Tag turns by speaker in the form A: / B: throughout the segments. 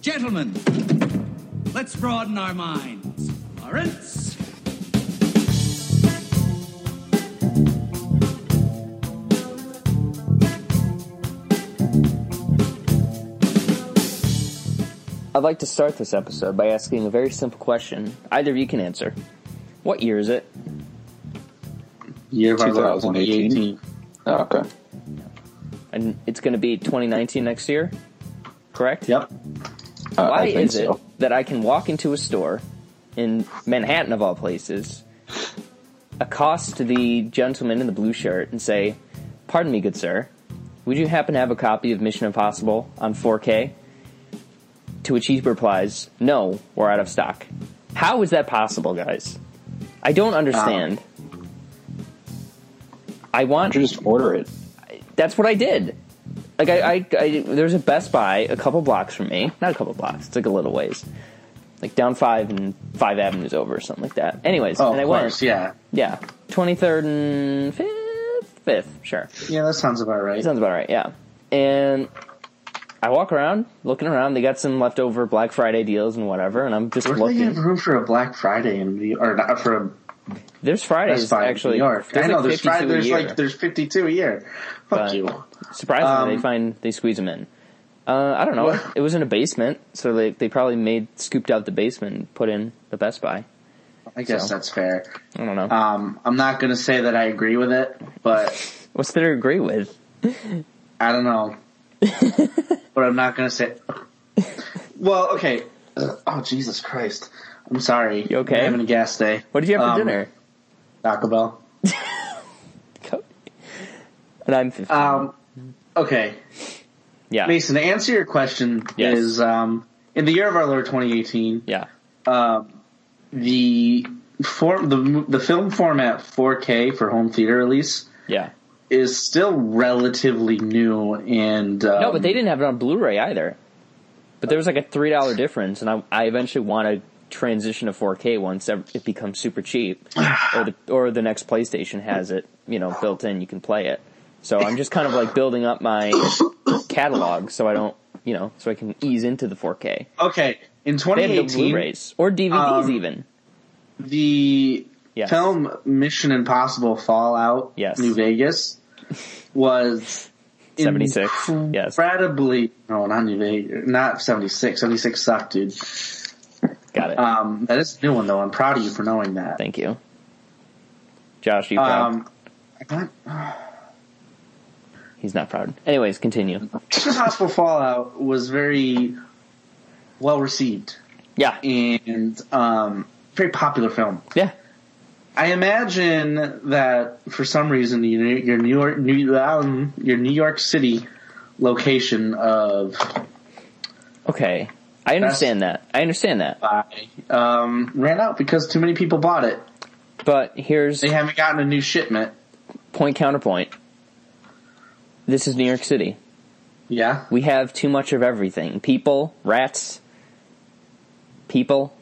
A: Gentlemen, let's broaden our minds. Lawrence?
B: I'd like to start this episode by asking a very simple question. Either of you can answer. What year is it?
C: Year of our Lord,
D: 2018.
C: 2018.
D: Oh, okay.
B: And it's going to be 2019 next year, correct?
C: Yep.
D: Uh,
B: Why
D: I think
B: is it
D: so.
B: that I can walk into a store in Manhattan, of all places, accost the gentleman in the blue shirt and say, Pardon me, good sir, would you happen to have a copy of Mission Impossible on 4K? To which he replies, No, we're out of stock. How is that possible, guys? I
D: Uh,
B: don't understand. I want
D: You just order it.
B: that's what I did. Like I, I, I there's a Best Buy a couple blocks from me, not a couple blocks, it's like a little ways, like down five and five avenues over or something like that. Anyways,
C: Oh,
B: and I
C: of course,
B: went,
C: yeah.
B: yeah, twenty third and fifth, fifth, sure,
C: Yeah, that sounds about right.
B: sounds about right, yeah. And I walk around, looking around, they got some leftover Black Friday deals and whatever, and I'm just
C: Where do they
B: looking.
C: have room for a Black Friday in New or not for a
B: There's
C: Best
B: Fridays
C: Buy
B: actually.
C: in New York? I
B: like,
C: know there's
B: 52
C: Friday,
B: a
C: there's
B: year.
C: like there's 52 a year. Fuck
B: But-
C: you.
B: Surprisingly,
C: Um,
B: they find they squeeze them in. Uh, I don't know.
C: Well-
B: It was in a basement, so they they probably made scooped out the basement and put in the Best Buy.
C: I guess
B: so.
C: that's fair.
B: I don't know.
C: Um, I'm not gonna say that I agree with it, but
B: What's there to agree with?
C: I don't know. but I'm not gonna say. Well, okay. Oh Jesus Christ! I'm sorry.
B: You okay?
C: I'm having a gas day.
B: What did you have for
C: Um,
B: dinner?
C: Taco Bell.
B: Co- And I'm 15.
C: Um, okay,
B: yeah,
C: Mason. To answer your question
B: Yes.
C: is um, in the year of our Lord 2018,
B: yeah.
C: the form the mo- the film format 4K for home theater release
B: Yeah.
C: is still relatively new and um,
B: No, but they didn't have it on Blu-ray either. But there was like a three dollar difference, and I, I eventually want to transition to 4K once ev- it becomes super cheap, or the or the next PlayStation has it, you know, built in. You can play it. So I'm just kind of like building up my catalog, so I don't, you know, so I can ease into the 4K.
C: okay in
B: They have the
C: 2018
B: Blu-rays or DVDs
C: um,
B: even.
C: the
B: Yes.
C: film Mission Impossible Fallout
B: Yes.
C: New Vegas was
B: 76, yes.
C: incredibly no not New Vegas not 76 76 sucked dude
B: Got it.
C: um that is a new one though I'm proud of you for knowing that
B: Thank you, Josh. You proud?
C: um I got-
B: He's not proud. Anyways, continue.
C: Mission Impossible Fallout was very well received
B: Yeah,
C: e- and um, very popular film.
B: yeah.
C: I imagine that for some reason your New- your New York New, um, your New York City location of
B: Okay, I understand that. I understand that.
C: Buy um, ran out because too many people bought it.
B: But here's
C: They haven't gotten a new shipment.
B: point counterpoint. This is New York City.
C: Yeah,
B: We have too much of everything. People, rats, people,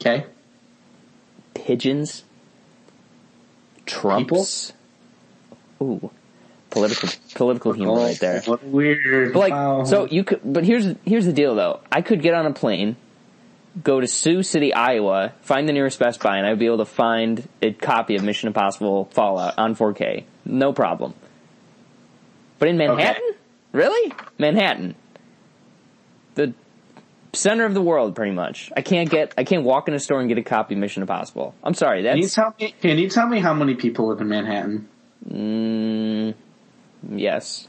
C: okay.
B: pigeons, trumps. Ooh. Political political humor right there.
C: What weird.
B: But like
C: Wow.
B: so you could but here's here's the deal though. I could get on a plane, go to Sioux City, Iowa, find the nearest Best Buy, and I'd be able to find a copy of Mission Impossible Fallout on 4K. No problem. But in Manhattan? Really? Manhattan. The center of the world pretty much. I can't get I can't walk in a store and get a copy of Mission Impossible. I'm sorry,
C: can you
B: that's
C: tell me? Can you tell me how many people live in Manhattan?
B: mm, yes.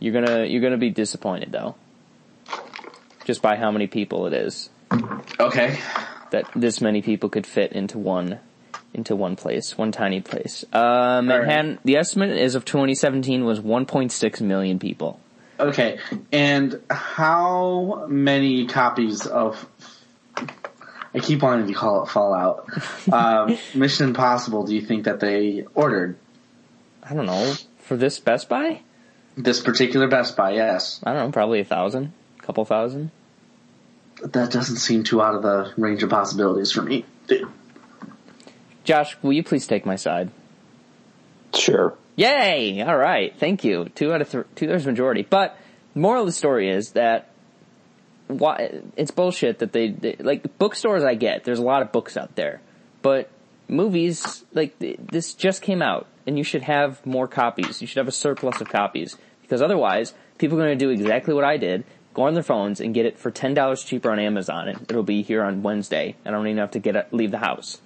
B: You're gonna you're gonna be disappointed though. Just by how many people it is.
C: Okay,
B: That this many people could fit into one into one place, one tiny place. Uh Manhattan the estimate is of twenty seventeen was one point six million people.
C: Okay, and how many copies of? I keep wanting to call it Fallout. Um, Mission Impossible. Do you think that they ordered
B: I don't know. For this Best Buy?
C: this particular Best Buy? Yes,
B: I don't know, probably a thousand, couple thousand.
C: that doesn't seem too out of the range of possibilities for me.
B: Josh, will you please take my side?
D: Sure.
B: Yay! All right, thank you. Two out of three, two thirds majority. But moral of the story is that why it's bullshit that they, they like bookstores. I get there's a lot of books out there, but movies like th- this just came out, and you should have more copies. You should have a surplus of copies because otherwise, people are going to do exactly what I did: go on their phones and get it for ten dollars cheaper on Amazon, and it'll be here on Wednesday. I don't even have to get a, leave the house.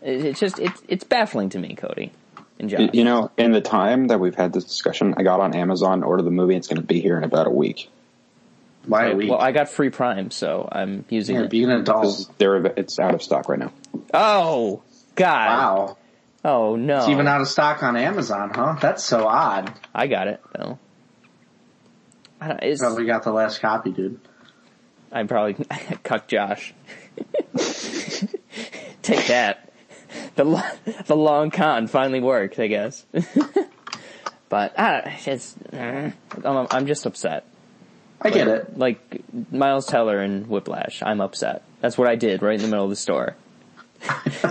B: It, it's just it's it's baffling to me, Cody and Josh.
D: Y- You know, in the time that we've had this discussion, I got on Amazon, ordered the movie, and it's going to be here in about a week.
C: Why are we?
B: well, I got free Prime, so I'm using
C: yeah,
B: it.
C: be an
D: This-
C: adult.
D: They're, av- it's out of stock right now.
B: Oh God!
C: Wow.
B: Oh no!
C: It's even out of stock on Amazon, huh? That's so odd.
B: I got it though. I, don't, it's,
C: Probably got the last copy, dude.
B: I probably cuck Josh. Take that. The lo- the long con finally worked, I guess. but I, it's I'm, I'm just upset.
C: I get it.
B: Like Miles Teller and Whiplash, I'm upset. That's what I did right in the middle of the store.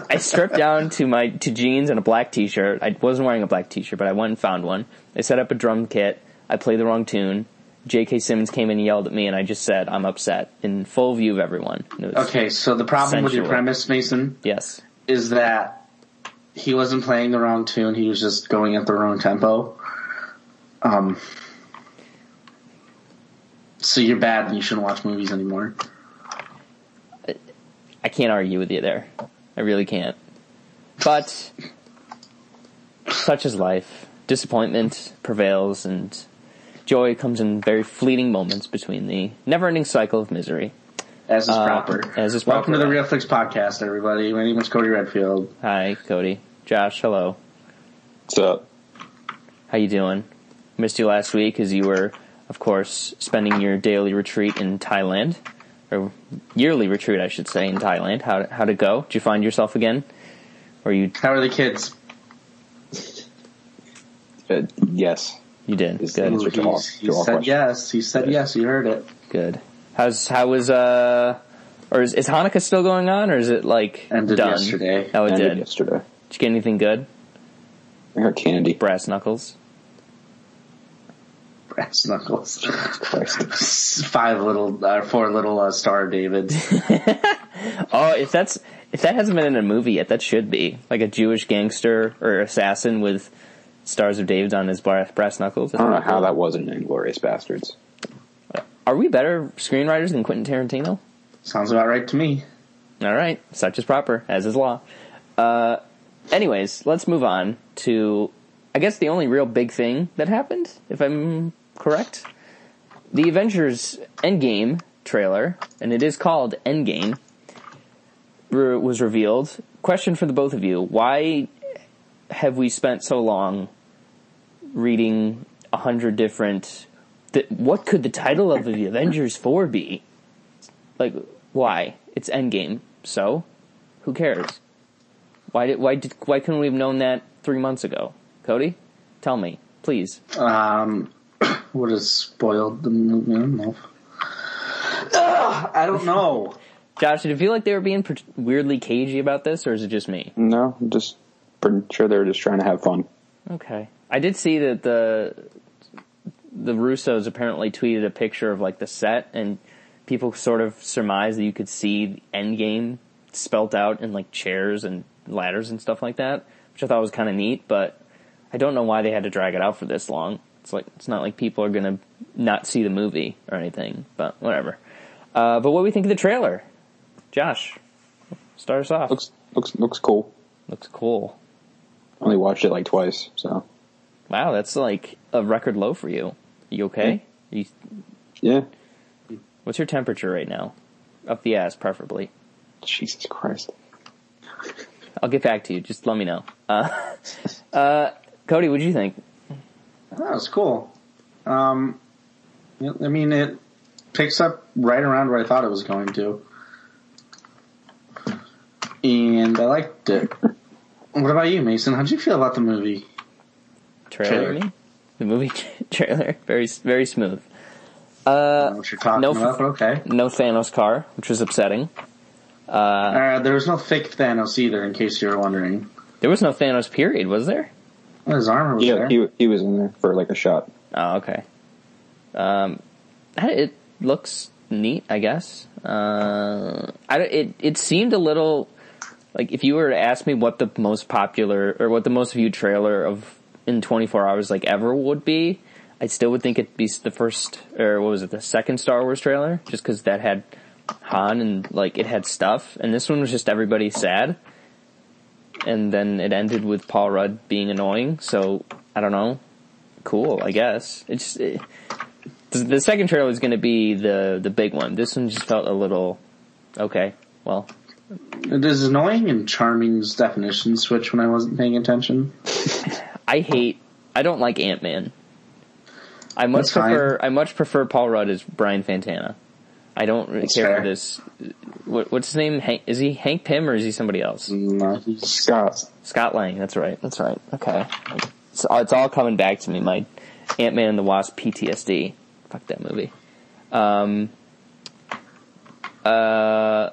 B: I stripped down to my to jeans and a black t-shirt. I wasn't wearing a black t-shirt, but I went and found one. I set up a drum kit. I played the wrong tune. J.K. Simmons came in and yelled at me, and I just said, "I'm upset" in full view of everyone. And it was-
C: Okay, so the problem with your
B: Sensual.
C: premise, Mason,
B: Yes.
C: is that he wasn't playing the wrong tune. He was just going at the wrong tempo. Um, so you're bad and you shouldn't watch movies anymore.
B: I can't argue with you there. I really can't. But such is life. Disappointment prevails and joy comes in very fleeting moments between the never ending cycle of misery.
C: As is
B: Uh,
C: proper.
B: as is proper,
C: Welcome to the
B: yeah.
C: Real Flix podcast, everybody. My name is Cody Redfield.
B: Hi, Cody. Josh, hello.
D: So,
B: How you doing? Missed you last week as you were, of course, spending your daily retreat in Thailand. Or yearly retreat, I should say, in Thailand. How how'd it go? Did you find yourself again? Or you
C: How are the kids?
D: uh, yes.
B: you did.
D: Is-
B: Good.
D: Those are
C: he
D: all-
C: he
D: they're all
C: said
D: questions.
C: yes. He said yes. You heard it.
B: Good. How's how was uh or is, is Hanukkah still going on or is it like
C: Ended
B: done?
C: yesterday.
B: Oh, it
D: Ended
B: did. Did
D: yesterday.
B: you get anything good?
D: I got candy.
B: Brass knuckles.
C: Brass knuckles.
D: Christ.
C: Five little, uh, four little uh, Star David.
B: Oh, if that's if that hasn't been in a movie yet, that should be like a Jewish gangster or assassin with stars of David on his brass, brass knuckles.
C: Uh,
D: I don't know how that wasn't in Inglorious Bastards.
B: Are we better screenwriters than Quentin Tarantino?
C: Sounds about right to me.
B: All right, such is proper, as is law. Uh, anyways, let's move on to, I guess, the only real big thing that happened, if I'm correct. The Avengers Endgame trailer, and it is called Endgame, re- was revealed. Question for the both of you Why have we spent so long reading a hundred different. Th- what could the title of the Avengers 4 be? Like, why? It's Endgame. So, who cares? Why did why did why couldn't we have known that three months ago? Cody, tell me, please.
C: Um, would have spoiled the movie. I don't know. Ugh, I don't know.
B: Josh, did it feel like they were being per- weirdly cagey about this, or is it just me?
D: No, I'm just pretty sure they were just trying to have fun.
B: Okay, I did see that the the Russos apparently tweeted a picture of like the set, and people sort of surmised that you could see Endgame spelt out in like chairs and ladders and stuff like that, which I thought was kind of neat. But I don't know why they had to drag it out for this long. It's like it's not like people are gonna not see the movie or anything, but whatever. Uh, but what do we think of the trailer, Josh? Start us off.
D: Looks looks looks cool.
B: looks cool.
D: Only watched it like twice, so
B: Wow, that's like a record low for you. You okay? You,
D: yeah.
B: what's your temperature right now? Up the ass, preferably.
D: Jesus Christ.
B: I'll get back to you. Just let me know. Uh, uh, Cody, what do you think?
C: That was cool. Um, I mean, it picks up right around where I thought it was going to, and I liked it. What about you, Mason? How'd you feel about the movie?
B: Trailer,
C: Trailer.
B: you mean? the movie tra- trailer, very s- very smooth.
C: I don't know what you're talking
B: no.
C: about, but okay.
B: No Thanos car, which was upsetting.
C: Uh, there was no fake Thanos either, in case you were wondering.
B: There was no Thanos period, was there?
C: His armor was
D: Yeah,
C: there.
D: he he was in there for like a shot.
B: Oh, okay. Um, I- it looks neat, I guess. Uh, I don't- it it seemed a little like if you were to ask me what the most popular or what the most viewed trailer of in 24 hours like ever would be, I still would think it'd be the first or what was it the second Star Wars trailer, just because that had Han and like it had stuff, and this one was just everybody sad. And then it ended with Paul Rudd being annoying. So I don't know. Cool, I guess. It's it, the- the second trailer was going to be the the big one. This one just felt a little okay. Well,
C: Does annoying and charming's definition switch when I wasn't paying attention?
B: I hate. I don't like Ant Man. I much
C: That's fine.
B: prefer. I much prefer Paul Rudd as Brian Fantana. I don't really
C: That's
B: care for
C: fair.
B: this. What, what's his name? Hank, is he Hank Pym or is he somebody else?
C: No, he's
D: Scott.
B: Scott Lang. That's right. That's right. Okay. It's, all- it's all coming back to me. My Ant Man and the Wasp PTSD. Fuck that movie. Um. Uh,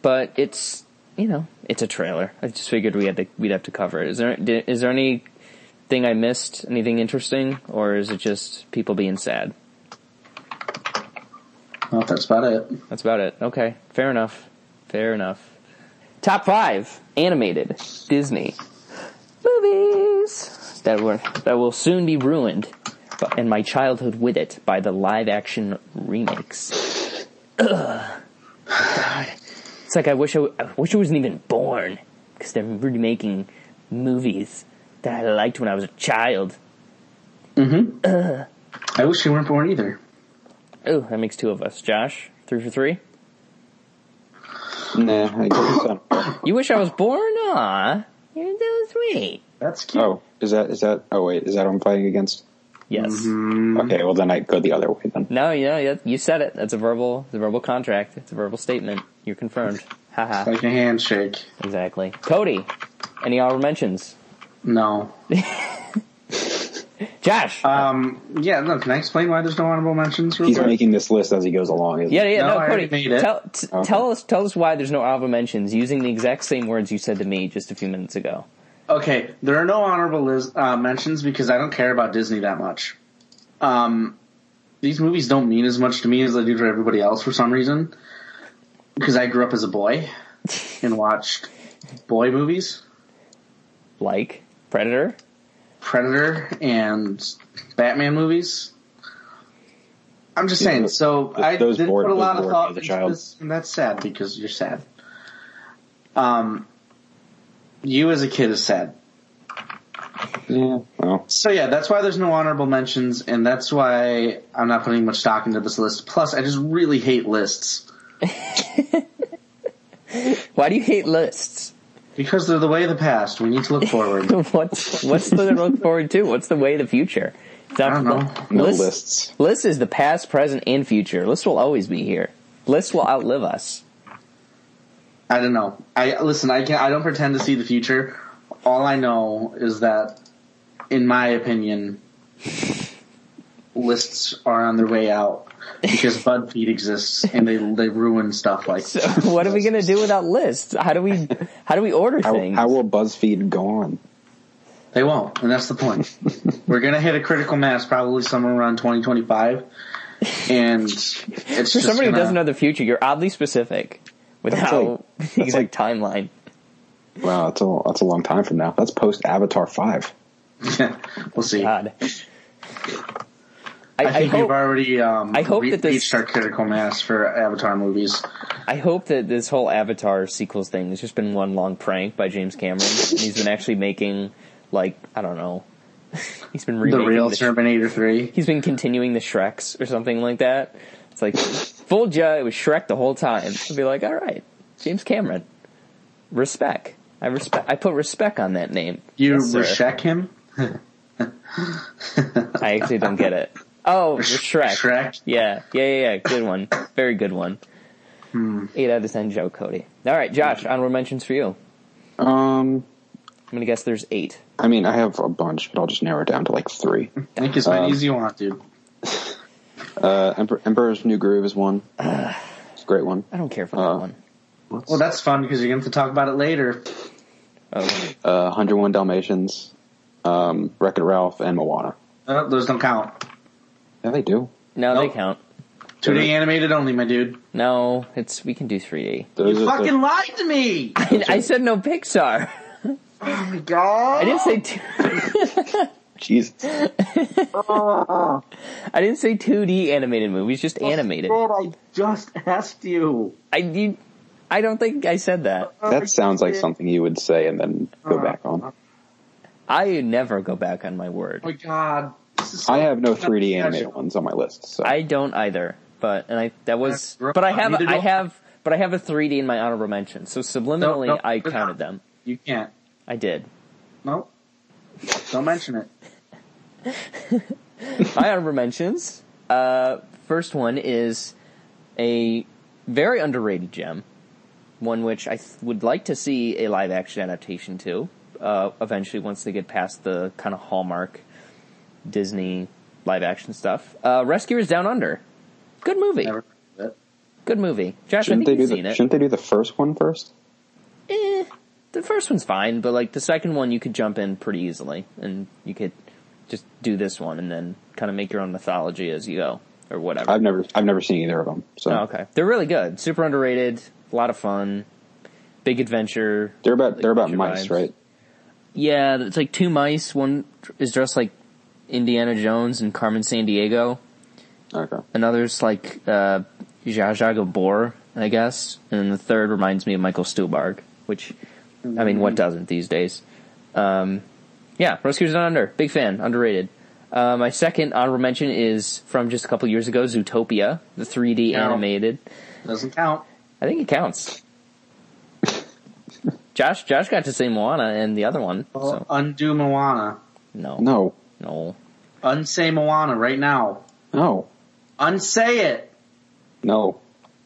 B: but it's you know it's a trailer. I just figured we had to we'd have to cover it. Is there di- is there anything I missed? Anything interesting, or is it just people being sad?
C: well, that's about it.
B: That's about it. Okay, fair enough. Fair enough. Top five animated Disney movies that were that will soon be ruined, but, and my childhood with it by the live action remakes. Ugh. It's like I wish I, w- I wish I wasn't even born because they're remaking movies that I liked when I was a child.
C: I wish you weren't born either.
B: Oh, that makes two of us. Josh, three for three.
D: Nah, I guess it's
B: You wish I was born? Aw, you're so sweet.
C: That's cute.
D: Oh, is that is that? Oh wait, is that what I'm fighting against?
B: Yes.
C: Mm-hmm.
D: Okay, well then I go the other way then.
B: No, you know, you- you said it. That's a verbal, it's a verbal contract. It's a verbal statement. You're confirmed.
D: Oh.
B: Haha.
C: Like a handshake.
B: Exactly. Cody, any honorable mentions?
C: No.
B: Josh.
C: Um. Yeah. No. Can I explain why there's no honorable mentions? Real
D: He's
C: quick?
D: making this list as he goes along. Isn't he?
B: yeah, yeah, no,
C: no, I already
B: Cody.
C: made it.
B: Tell, t-
D: Okay.
B: tell us, tell us why there's no honorable mentions using the exact same words you said to me just a few minutes ago.
C: Okay, there are no honorable lis- uh, mentions because I don't care about Disney that much. Um, these movies don't mean as much to me as they do to everybody else for some reason. Because I grew up as a boy and watched boy movies,
B: Like Predator.
C: Predator and Batman movies. I'm just saying. So I
D: Those
C: didn't
D: bored-
C: put a
D: those
C: lot of
D: bored
C: thought
D: as a
C: into
D: child.
C: this, and that's sad because you're sad. Um, you as a kid is sad.
D: yeah. Oh, Well,
C: So yeah, that's why there's no honorable mentions, and that's why I'm not putting much stock into this list. Plus, I just really hate lists
B: Why do you hate lists?
C: because they're the way of the past. We need to look forward.
B: What's what's the look forward to? What's the way of the future? It's not-
C: I don't know.
D: no
B: Lists-
D: lists.
B: Lists is the past, present, and future. Lists will always be here. Lists will outlive us.
C: I don't know. I listen. I can not I don't pretend to see the future. All I know is that, in my opinion, lists are on their way out because BuzzFeed exists and they they ruin stuff like
B: So what are we gonna do without lists? How do we how do we order
D: How,
B: things?
D: how will BuzzFeed go on?
C: They won't, and that's the point. We're gonna hit a critical mass probably somewhere around 2025, and it's
B: For
C: just
B: somebody who
C: gonna-
B: doesn't know the future, you're oddly specific with
D: That's
B: how the
D: that's
B: exact timeline.
D: Wow, that's a that's a long time from now. That's post Avatar five.
C: we'll see.
B: God. I,
C: I
B: Uh, I,
C: think we've
B: hope,
C: already um,
B: I hope
C: re-
B: that this-
C: reached our critical mass for Avatar movies.
B: I hope that this whole Avatar sequels thing has just been one long prank by James Cameron. and he's been actually making, like, I don't know. he's been
C: The
B: remaking
C: real
B: the-
C: Terminator 3.
B: he's been continuing the Shreks or something like that. It's like fooled ya, it was Shrek the whole time. I'd be like, all right, James Cameron, respect. I respect. I put respect on that name.
C: You
B: Yes, sir.
C: reshek him?
B: I actually don't get it. Oh, Shrek.
C: Shrek.
B: Yeah, yeah, yeah, yeah. Good one. Very good one. Eight out of ten, Joe Cody. All right, Josh. Honorable mentions for you.
D: Um,
B: I'm gonna guess there's eight.
D: I mean, I have a bunch, but I'll just narrow it down to like three.
C: Make as many as you want, dude.
D: Uh, Emperor, Emperor's New Groove is one. It's a great one.
B: I don't care for
D: Uh,
B: that one.
C: Well, that's fun because you're gonna have to talk about it later.
B: Oh,
D: Uh, 101 Dalmatians, um, Wreck-It Ralph, and Moana.
C: Uh, those don't Oh, count.
D: Yeah, they do.
B: No, they
C: Nope.
B: count.
C: Two day animated only, my dude.
B: No, it's we can do 3D.
D: Those are the-
C: Fucking lied to me! Oh
B: I said no Pixar.
C: my god!
B: I didn't say two,
D: Jesus.
B: I didn't say 2D animated movies, just animated.
C: God, I just asked you.
B: I you, I don't think I said that.
D: That sounds like something you would say and then go
C: Uh,
D: back on.
B: I never go back on my
C: Oh my
B: word.
C: god. This is so
D: I have no 3D
C: special.
D: animated ones on my list, so
B: I don't either. But and I that was
C: That's
B: but I
C: right.
B: have
C: Neither do
B: I
C: I.
B: have but I have a 3D in my honorable mention. So subliminally
C: No, no,
B: I
C: you're
B: counted
C: not.
B: them.
C: You can't.
B: I did.
C: Nope. Don't mention it.
B: My honorable mentions. Uh, first one is a very underrated gem, one which I th- would like to see a live action adaptation to. Uh, eventually, once they get past the kind of hallmark Disney live action stuff. Uh, Rescuers Down Under, good movie.
C: Never. heard of it.
B: Good movie. Josh,
D: shouldn't
B: I think
D: they do
B: you've
D: the
B: seen it.
D: shouldn't they do the first one first?
B: Eh, the first one's fine, but like the second one, you could jump in pretty easily, and you could just do this one and then kind of make your own mythology as you go or whatever.
D: I've never I've never seen either of them. So
B: Oh, okay. They're really good. Super underrated. A lot of fun. Big adventure.
D: they're about they're about
B: Your
D: mice,
B: vibes.
D: right?
B: Yeah, it's like two mice. One is dressed like Indiana Jones and Carmen San Diego.
D: Okay.
B: Another's like uh, Zsa Zsa Gabor, I guess. And the third reminds me of Michael Stuhlbarg, which, I mean, what doesn't these days? Um, yeah, Rescuers Down Under. Big fan. Underrated. Uh, my second honorable mention is from just a couple years ago, Zootopia, the 3D
C: No.
B: animated.
C: Doesn't count.
B: I think it counts. Josh, Josh got to say Moana and the other one.
C: Well,
B: So
C: Oh, undo Moana.
B: no,
D: No.
B: no.
C: Unsay Moana right now.
D: No.
C: Unsay it!
D: No.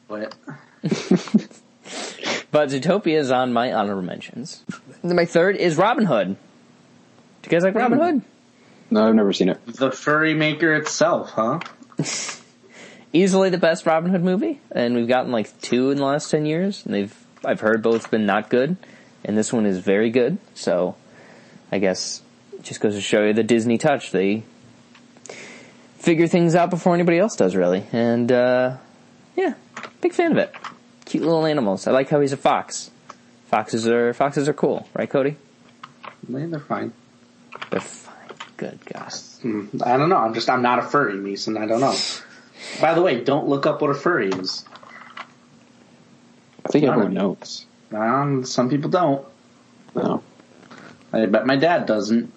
C: But
B: But Zootopia is on my honorable mentions. Then my third is Robin Hood. Do you guys like Robin Hood?
D: No, I've never seen it.
C: the furry maker itself, huh?
B: Easily the best Robin Hood movie, and we've gotten like two in the last ten years, and they've I've heard both been not good, and this one is very good. So I guess it just goes to show you the Disney touch. They figure things out before anybody else does, really. And uh, yeah, big fan of it. Cute little animals. I like how he's a fox. Foxes are foxes are cool, right, Cody?
C: Man, they're fine.
B: They're fine. Good God.
C: Hmm, I don't know. I'm just, I'm not a furry, Mason. I don't know. By the way, don't look up what a furry is.
D: I think
C: I don't
D: everyone knows.
C: Um, some people don't.
D: No.
C: I bet my dad doesn't.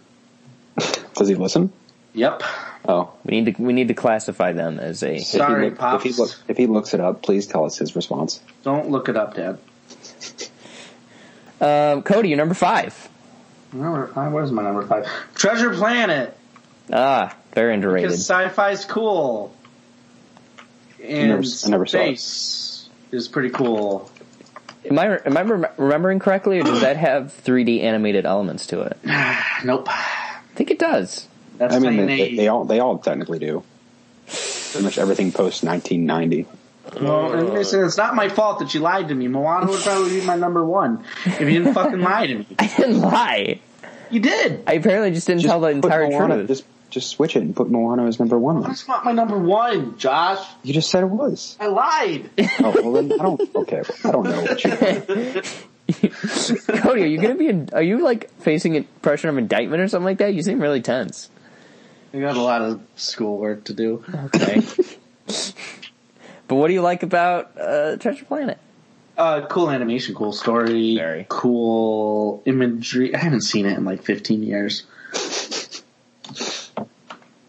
D: Does he listen?
C: Yep.
D: Oh.
B: We need to we need to classify them as a
D: If he
C: Sorry,
D: look-
C: Pops.
D: If he, look, if he looks it up, please tell us his response.
C: Don't look it up, Dad.
B: um, Cody. You're number five.
C: Number five. Where's my number five? Treasure Planet.
B: Ah, very underrated.
C: Because sci-fi's cool. And
D: never- I never saw it.
C: space is pretty cool.
B: Am I am I rem- remembering correctly, or does that have 3D animated elements to it? I
C: Nope.
B: think it does.
C: That's
D: I mean,
C: Titan
D: they, they,
C: Age.
D: they all they all technically do. Pretty much everything post 1990.
C: Well, and listen, it's not my fault that you lied to me. Moana would probably be my number one if you didn't fucking lie to me.
B: I didn't lie.
C: You did.
B: I apparently just didn't tell the
D: put
B: entire
D: Moana-
B: truth.
D: Just just switch it and put Moana as number one on.
C: That's not my number one, Josh.
D: You just said it was.
C: I lied.
D: Oh well, then I don't. Okay, I don't know what you.
B: Cody, are you gonna be? In, are you like facing a pressure of indictment or something like that? You seem really tense.
C: I got a lot of schoolwork to do.
B: Okay. but what do you like about uh, Treasure Planet?
C: Uh, cool animation, cool story,
B: Very.
C: cool imagery. I haven't seen it in like 15 years.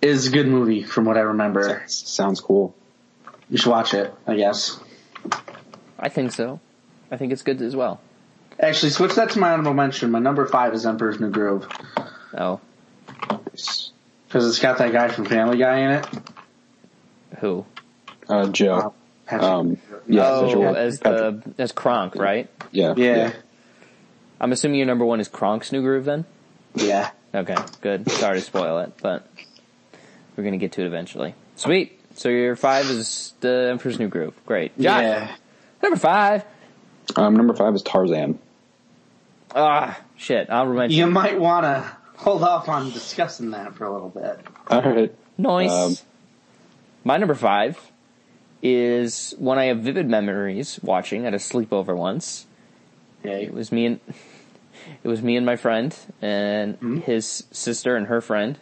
C: It's a good movie from what I remember.
D: Sounds cool.
C: You should watch it, I guess.
B: I think so. I think it's good as well.
C: Actually, switch that to my honorable mention. My number five is Emperor's New Groove
B: Oh,
C: because it's got that guy from Family Guy in it.
B: who?
D: Uh, Joe.
C: Patrick-
D: Um, yeah,
B: Oh,
D: visual-
B: as the as Kronk, right?
D: yeah,
C: yeah,
B: I'm assuming your number one is Kronk's New Groove, then.
C: yeah.
B: Okay, good. Sorry to spoil it, but we're gonna get to it eventually. Sweet. So your five is the Emperor's New Groove. Great. Josh,
C: Yeah.
B: number five.
D: Um, number five is Tarzan.
B: Ah, shit. I'll remind you.
C: You might want to hold off on discussing that for a little bit.
D: All right.
B: Nice.
D: Um,
B: My number five is one I have vivid memories watching at a sleepover once.
C: Yay.
B: It was me and it was me and my friend and his sister and her friend,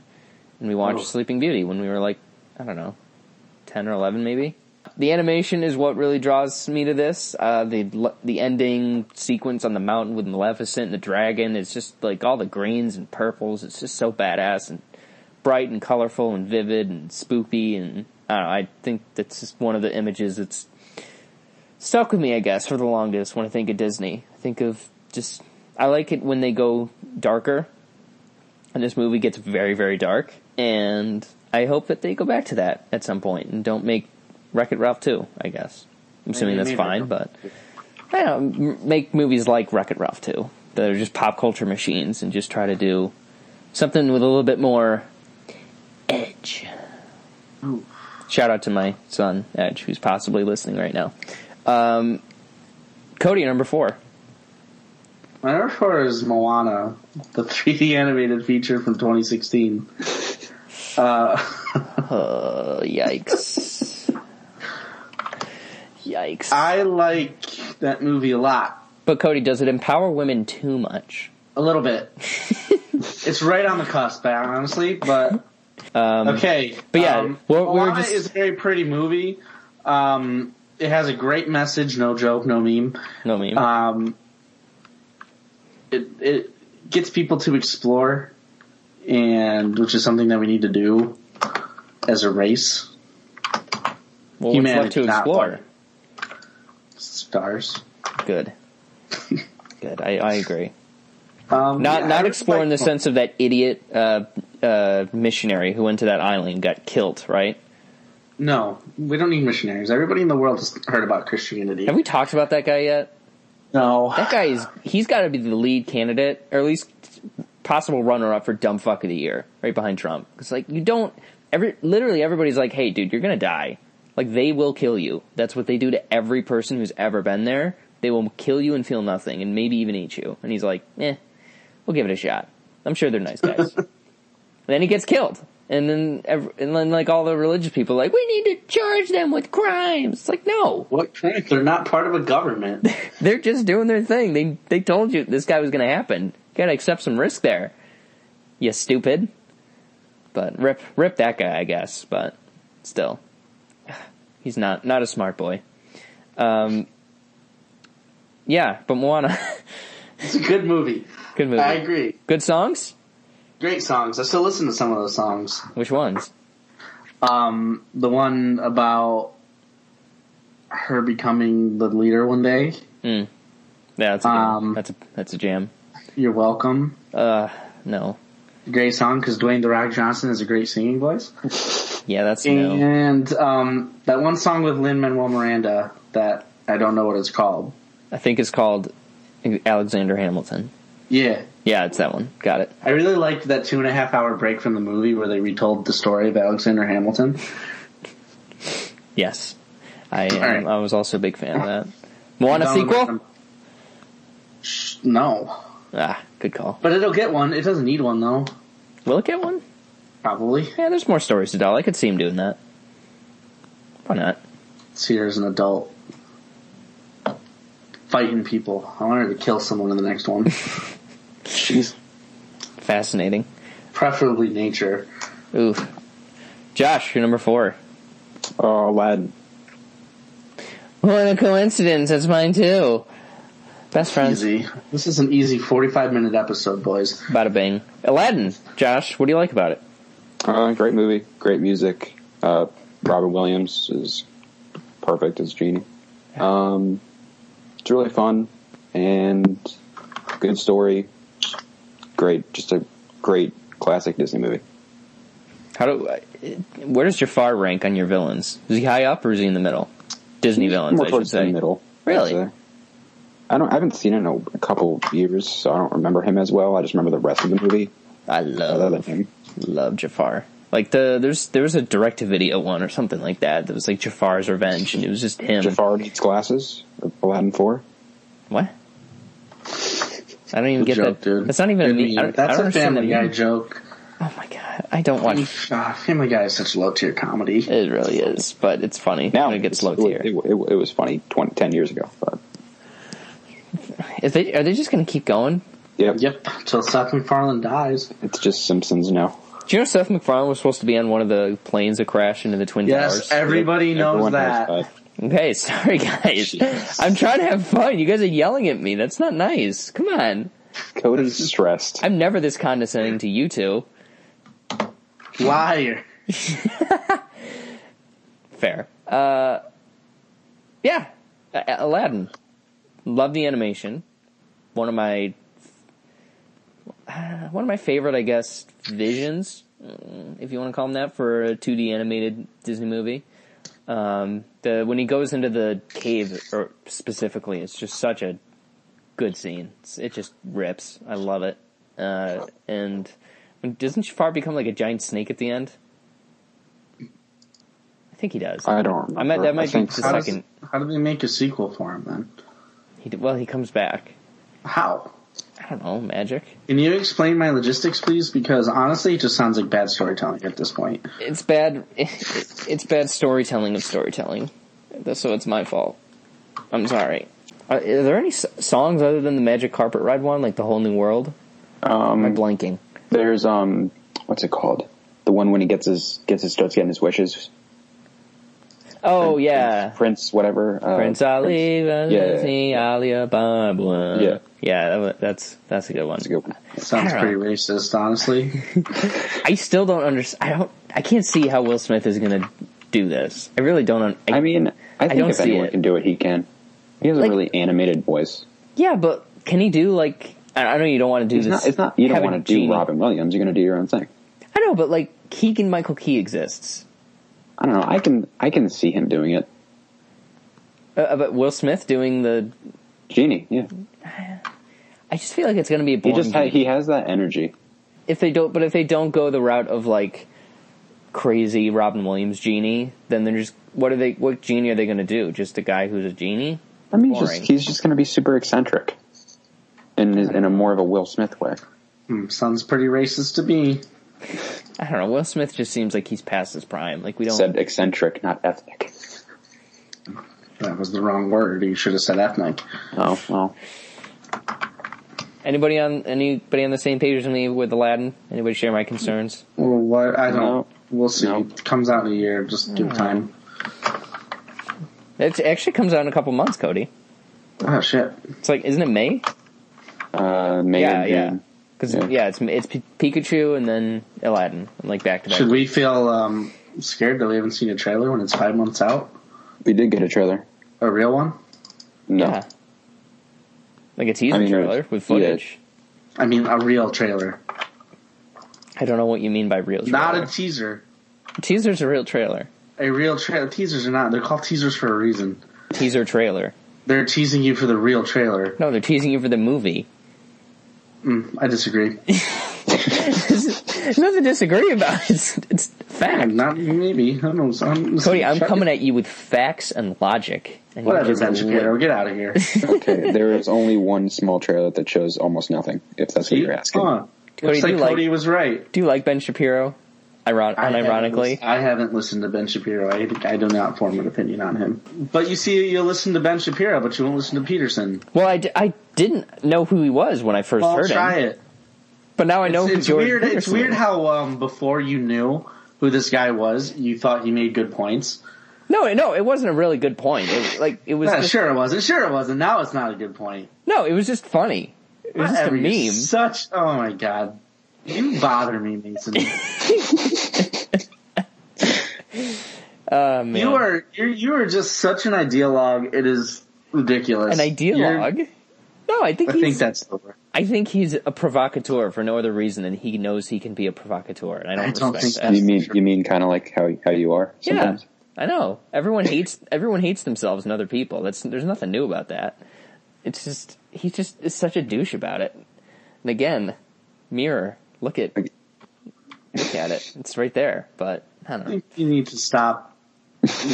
B: and we watched
C: Oh.
B: Sleeping Beauty when we were like I don't know, ten or eleven maybe. The animation is what really draws me to this. Uh, the the ending sequence on the mountain with Maleficent and the dragon is just like all the greens and purples. It's just so badass and bright and colorful and vivid and spooky and I don't know. I think that's just one of the images that's stuck with me, I guess, for the longest when I think of Disney. I think of just I like it when they go darker. And this movie gets very, very dark. And I hope that they go back to that at some point and don't make Wreck It Ralph 2, I guess. I'm assuming
C: Maybe-
B: that's
C: maybe
B: fine,
C: they'll-
B: but I don't know, m- make movies like Wreck It Ralph 2 that are just pop culture machines and just try to do something with a little bit more edge.
C: Ooh.
B: Shout out to my son, Edge, who's possibly listening right now. Um, Cody, number four.
C: My number four is Moana, the 3D animated feature from 2016.
B: Uh, yikes. yikes.
C: I like that movie a lot.
B: but Cody, does it empower women too much?
C: A little bit. it's right on the cusp, honestly, but. okay.
B: but yeah,
C: um,
B: we're- we're
C: Moana
B: just-
C: is a very pretty movie. Um, it has a great message, no joke, no meme.
B: No meme.
C: Um, it, it gets people to explore, and which is something that we need to do as a race.
B: well, what's left
C: humanity,
B: to
C: not
B: explore?
C: water. Stars.
B: Good. Good. I, I agree.
C: Um,
B: Not
C: yeah, I
B: not
C: really
B: explore in the
C: like-
B: sense of that idiot uh, uh, missionary who went to that island and got killed, right?
C: No, we don't need missionaries. Everybody in the world has heard about Christianity.
B: Have we talked about that guy yet?
C: no,
B: That guy is, he's gotta be the lead candidate, or at least possible runner up for dumb fuck of the year, right behind Trump. It's like, you don't, every, literally everybody's like, hey dude, you're gonna die. Like, they will kill you. That's what they do to every person who's ever been there. They will kill you and feel nothing, and maybe even eat you. And he's like, eh, we'll give it a shot. I'm sure they're nice guys. and then he gets killed. And then, ev and then like all the religious people are like, we need to charge them with crimes. It's like, no.
C: what crime? They're not part of a government.
B: They're just doing their thing. They they told you this guy was going to happen. You got to accept some risk there. You stupid. But rip rip that guy, I guess. But still, he's not not a smart boy. Um, yeah, but Moana,
C: it's a good movie.
B: good movie.
C: I agree.
B: Good songs.
C: Great songs. I still listen to some of those songs.
B: Which ones?
C: Um, the one about her becoming the leader one day.
B: Yeah, that's a, good one.
C: Um,
B: that's a that's a jam.
C: You're welcome.
B: Uh, no.
C: Great song because Dwayne the Rock Johnson is a great singing voice.
B: Yeah, that's no.
C: And um, that one song with Lin Manuel Miranda that I don't know what it's called.
B: I think it's called Alexander Hamilton.
C: Yeah,
B: Yeah, it's that one. Got it.
C: I really liked that two and a half hour break from the movie where they retold the story of Alexander Hamilton.
B: Yes, I am.
C: All right.
B: I was also a big fan of that. Moana
C: Donald
B: sequel?
C: Trump- Shh, No,
B: Ah, good call.
C: but it'll get one. It doesn't need one though.
B: Will it get one?
C: Probably
B: Yeah, there's more stories to tell. I could see him doing that. Why not?
C: see her as an adult fighting people. I want her to kill someone in the next one,
D: Jeez.
B: Fascinating.
C: preferably nature.
B: Ooh, Josh, you're number four.
D: Oh, Aladdin.
B: What a coincidence! That's mine too. Best friends.
C: Easy. This is an easy forty-five minute episode, boys.
B: Bada bing. Aladdin. Josh, what do you like about it?
D: Uh, great movie. Great music. Uh, Robin Williams is perfect as Genie. Um, it's really fun and good story. Great, just a great classic Disney movie.
B: How do? uh, Where does Jafar rank on your villains? Is he high up or is he in the middle? Disney villains,
D: More
B: I should
D: towards
B: say.
D: the middle.
B: Really?
D: I'd say. I don't. I haven't seen it in a, a couple years, so I don't remember him as well. I just remember the rest of the movie.
B: I
D: Other
B: love
D: than him,
B: love Jafar. Like the there's there was a direct to video one or something like that that was like Jafar's revenge and it was just him.
D: Jafar needs glasses. Aladdin four.
B: What? I don't even get
C: Good joke,
B: that.
C: dude.
B: That's not even a
C: Good
B: meme.
C: meme.
B: I don't, I
C: That's
B: don't
C: a
B: understand the
C: Family Guy
B: meme.
C: joke.
B: Oh my god, I don't watch.
C: Ah, Family Guy is such low tier comedy.
B: It really is, but it's funny
D: Now
B: when it gets
D: it's-
B: low tier.
D: It, it, it was funny 20, 10 years ago, but
B: Is they are they just going to keep going?
D: yeah,
C: Yep, till Seth MacFarlane dies.
D: it's just Simpsons now.
B: Do you know Seth MacFarlane was supposed to be on one of the planes that crashed into the Twin
C: Yes,
B: Towers?
C: everybody knows
D: Everyone
C: that.
D: knows
B: okay, sorry guys.
D: Jesus.
B: I'm trying to have fun. You guys are yelling at me. That's not nice. Come on.
D: that. Cody's stressed.
B: I'm never this condescending to you two.
C: Liar.
B: Fair. Uh, yeah, A- A- Aladdin. Love the animation. One of my uh, one of my favorite, I guess, visions, mm, if you want to call them that, for a 2D animated Disney movie. Um, the when he goes into the cave, or specifically, it's just such a good scene. It's, it just rips. I love it. Uh, and doesn't Jafar become like a giant snake at the end? I think he does.
D: I don't remember.
B: I might, that might be
D: think
B: the
D: so.
C: How, does-
B: second.
C: how did they make a sequel for him then?
B: He, well, he comes back.
C: How?
B: I don't know, magic.
C: Can you explain my logistics, please? Because honestly, it just sounds like bad storytelling at this point.
B: It's bad. it's bad storytelling of storytelling. So it's my fault. I'm sorry. Are, are there any s- songs other than the Magic Carpet Ride one, like the Whole New World? Um, Am I blanking?
D: There's um, what's it called? The one when he gets his gets his starts getting his wishes.
B: Oh yeah,
D: Prince, whatever. Uh,
B: Prince Ali,
D: yeah,
B: Valenzi, Ali Ababa.
D: Yeah.
B: yeah. That, wa- that's that's a good one.
D: That's a good one.
C: Sounds
B: Carol.
C: pretty racist, honestly.
B: I still don't understand. I don't. I can't see how Will Smith is gonna do this. I really don't. Un-
D: I mean, I think
B: don't
D: if
B: see
D: anyone
B: it.
D: can do it, he can. He has
B: Like-
D: a really animated voice.
B: Yeah, but can he do like? I I know you don't want to do
D: It's
B: this.
D: not. It's not. You don't
B: have a
D: want to do
B: genie.
D: Robin Williams. You're going to do your own thing.
B: I know, but like Keegan Michael Key exists.
D: I don't know. I can. I can see him doing it.
B: Uh, Uh, but Will Smith doing the.
D: Genie. Yeah.
B: I just feel like it's going to be a
D: He
B: boring.
D: just. Ha-
B: genie.
D: he has that energy.
B: if they don't, but if they don't go the route of like crazy Robin Williams genie, then they're just what are they? What genie are they going to do? Just a guy who's a genie?
D: I mean, he's just
B: Boring.
D: he's just going to be super eccentric, in his- in a more of a Will Smith way.
C: Hmm, sounds pretty racist to me.
B: I don't know. Will Smith just seems like he's past his prime. Like we don't.
D: Said eccentric, not ethnic.
C: That was the wrong word. You should have said ethnic.
D: Oh well.
B: Anybody on anybody on the same page as me with Aladdin? Anybody share my concerns?
C: Well, what? I don't.
D: No.
C: We'll see.
D: No.
C: It comes out in a year. Just give time.
B: It actually comes out in a couple months, Cody.
C: Oh shit!
B: It's like isn't it May?
D: Uh, May
B: Yeah,
D: and
B: yeah.
D: June.
B: Because yeah.
D: Yeah.
B: it's it's P- Pikachu and then Aladdin, like back to back.
C: Should we feel um, scared that we haven't seen a trailer when it's five months out?
D: We did get a trailer.
C: A real one?
D: No.
B: Yeah. Like a teaser
D: I mean, it was-
B: trailer with footage.
C: I mean, a real trailer,
B: I don't know what you mean by real. Trailer.
C: not a teaser.
B: teaser's a real trailer.
C: A real trailer. Teasers are not. They're called teasers for a reason.
B: Teaser trailer.
C: They're teasing you for the real trailer. Mm,
B: No, they're teasing you for the movie.
C: I disagree.
B: There's nothing to disagree about. It's it's fact.
C: not maybe. I don't know. I'm,
B: Cody, I'm coming at you with facts and logic. And you
C: Whatever,
B: just
C: Ben Shapiro,
B: live.
C: get out of here.
D: Okay, there is only one small trailer that shows almost nothing. If that's what you're asking.
C: Huh.
B: Cody,
C: Looks
B: do
C: like
B: you like-
C: Cody was right.
B: Do you like Ben Shapiro? Iron- unironically,
C: haven't, I haven't listened to Ben Shapiro. I, I do not form an opinion on him. But you see, you listen to Ben Shapiro, but you won't listen to Peterson.
B: well, I, d- I didn't know who he was when I first
C: Well,
B: heard
C: try
B: him,
C: it.
B: but now I know
C: It's,
B: who
C: it's
B: Jordan
C: weird. It's
B: Peterson
C: weird
B: is.
C: how um, before you knew who this guy was, you thought he made good points.
B: No, no, it wasn't a really good point. It, like it was
C: Yeah,
B: just-
C: sure it wasn't. Sure it wasn't. Now it's not a good point.
B: no, it was just funny. It was just a
C: Whatever, you're
B: meme.
C: Such. Oh my god. You bother me, Mason.
B: Uh, man.
C: You are you're, you are just such an ideologue. It is ridiculous.
B: an ideologue.
C: You're-
B: No, I think
C: I
B: he's.
C: think that's the word.
B: I think he's a provocateur for no other reason than he knows he can be a provocateur, and I don't
C: I
B: respect
C: don't think
B: that.
C: that's-
D: You mean you mean kind of like how how you are
B: Yeah,
D: sometimes.
B: I know. Everyone hates everyone hates themselves and other people. That's there's nothing new about that. It's just he just is such a douche about it. And again, mirror, look at
D: Okay.
B: look at it. It's right there. But I don't
C: I
B: know.
C: think you need to stop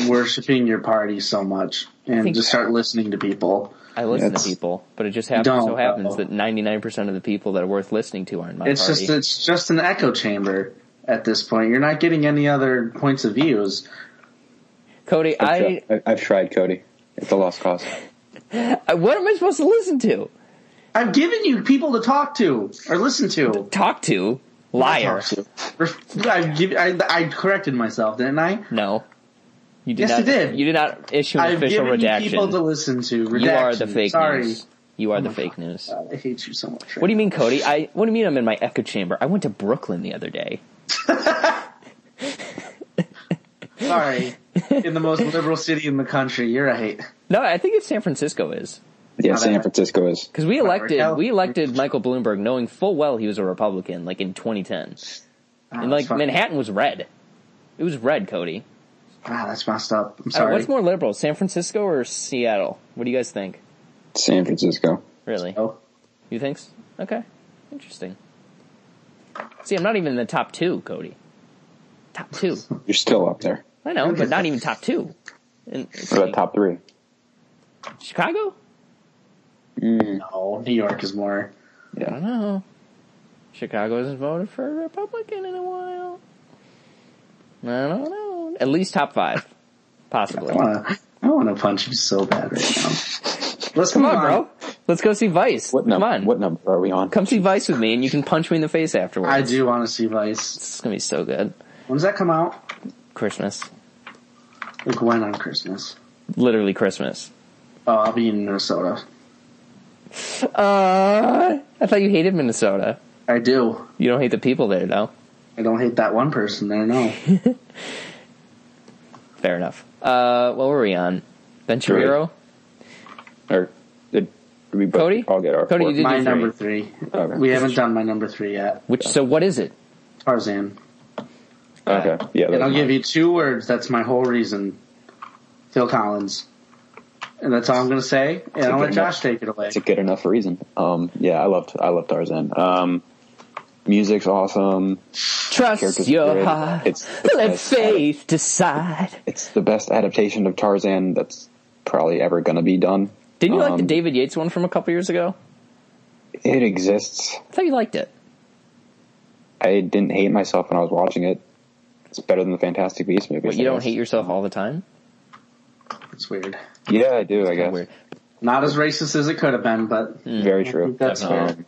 C: worshiping your party so much and
B: think-
C: just start listening to people.
B: I listen
C: It's-
B: to people, but it just happens
C: Don't,
B: so happens
C: uh-oh.
B: that 99% of the people that are worth listening to are in my
C: It's
B: party.
C: just it's just an echo chamber at this point. You're not getting any other points of views.
B: Cody, I,
D: I, I've tried Cody. It's a lost cause.
B: I what am I supposed to listen to?
C: I've given you people to talk to or listen to.
B: Talk to liar.
C: Talk to. Ref- I've give, I, I corrected myself, didn't I?
B: No. You did
C: Yes,
B: not,
C: I did.
B: You did not issue an
C: I've
B: official
C: given you people
B: redaction.
C: to listen to. Redaction.
B: you are the fake
C: Sorry. Oh
B: news. You are the fake news.
C: God, I hate you so much.
B: What do you mean, Cody? I what do you mean I'm in my echo chamber? I went to Brooklyn the other day.
C: mean? Sorry. In the most liberal city in the country, you're right.
B: No, I think it's San Francisco is.
D: Yeah,
C: Not
D: San
C: that-
D: Francisco is.
B: Because we elected
C: Cal-
B: we elected Michael Bloomberg knowing full well he was a Republican, like in 2010.
C: Oh,
B: And like
C: that's fuck-
B: Manhattan was red. It was red, Cody.
C: Wow, Ah, that's messed up. I'm
B: I don't know,
C: sorry.
B: Uh, what's more liberal, San Francisco or Seattle? What do you guys think?
D: San Francisco.
B: Really?
C: Oh,
B: You think? s- Okay. Interesting. See, I'm not even in the top two, Cody. Top two.
D: You're still up there.
B: I know, but not even top two. And
D: What about top three?
B: Chicago?
C: no, New York is more.
B: I don't know. Chicago hasn't voted for a Republican in a while. I don't know. At least top five. Possibly.
C: I wanna, I wanna punch you so bad right now. Let's
B: Come
C: move
B: on, bro. Let's go see Vice.
D: What
B: Come
D: number?
B: on.
D: What number are we on?
B: Come see Vice with me and you can punch me in the face afterwards.
C: I do want to see Vice.
B: This is gonna be so good.
C: When does that come out?
B: Christmas.
C: Like when on Christmas?
B: Literally Christmas.
C: Oh, I'll be in Minnesota.
B: Uh, I thought you hated Minnesota.
C: I do.
B: You don't hate the people there, though.
C: I don't hate that one person there. No,
B: Fair enough. Uh, what were we on? Ben Shapiro?
D: Or did did we both
B: Cody?
D: all get our
B: Cody,
D: four?
B: you did-
C: my
B: three.
C: number three.
D: Okay.
C: We haven't done my number three yet.
B: Which, so what is it?
C: Tarzan.
D: Okay. Yeah.
C: And
D: that
C: I'll
D: was
C: give
D: mine.
C: you two words. That's my whole reason. Phil Collins. And that's all I'm gonna say. And I'll let Josh take it away.
D: It's a good enough reason. Um, yeah, I loved I loved Tarzan. Um, music's awesome.
B: Trust
D: Characters
B: your
D: great.
B: heart.
D: It's the
B: Let
D: best.
B: faith decide.
D: It's the best adaptation of Tarzan that's probably ever going to be done.
B: Didn't you like the
D: Um,
B: David Yates one from a couple years ago?
D: It exists.
B: I thought you liked it.
D: I didn't hate myself when I was watching it. It's better than the Fantastic Beasts movie.
B: But you don't hate yourself all the time?
C: It's weird.
D: Yeah, I do. I guess.
B: Weird.
C: Not as racist as it could have been, but
D: Very true.
C: That's
D: Um,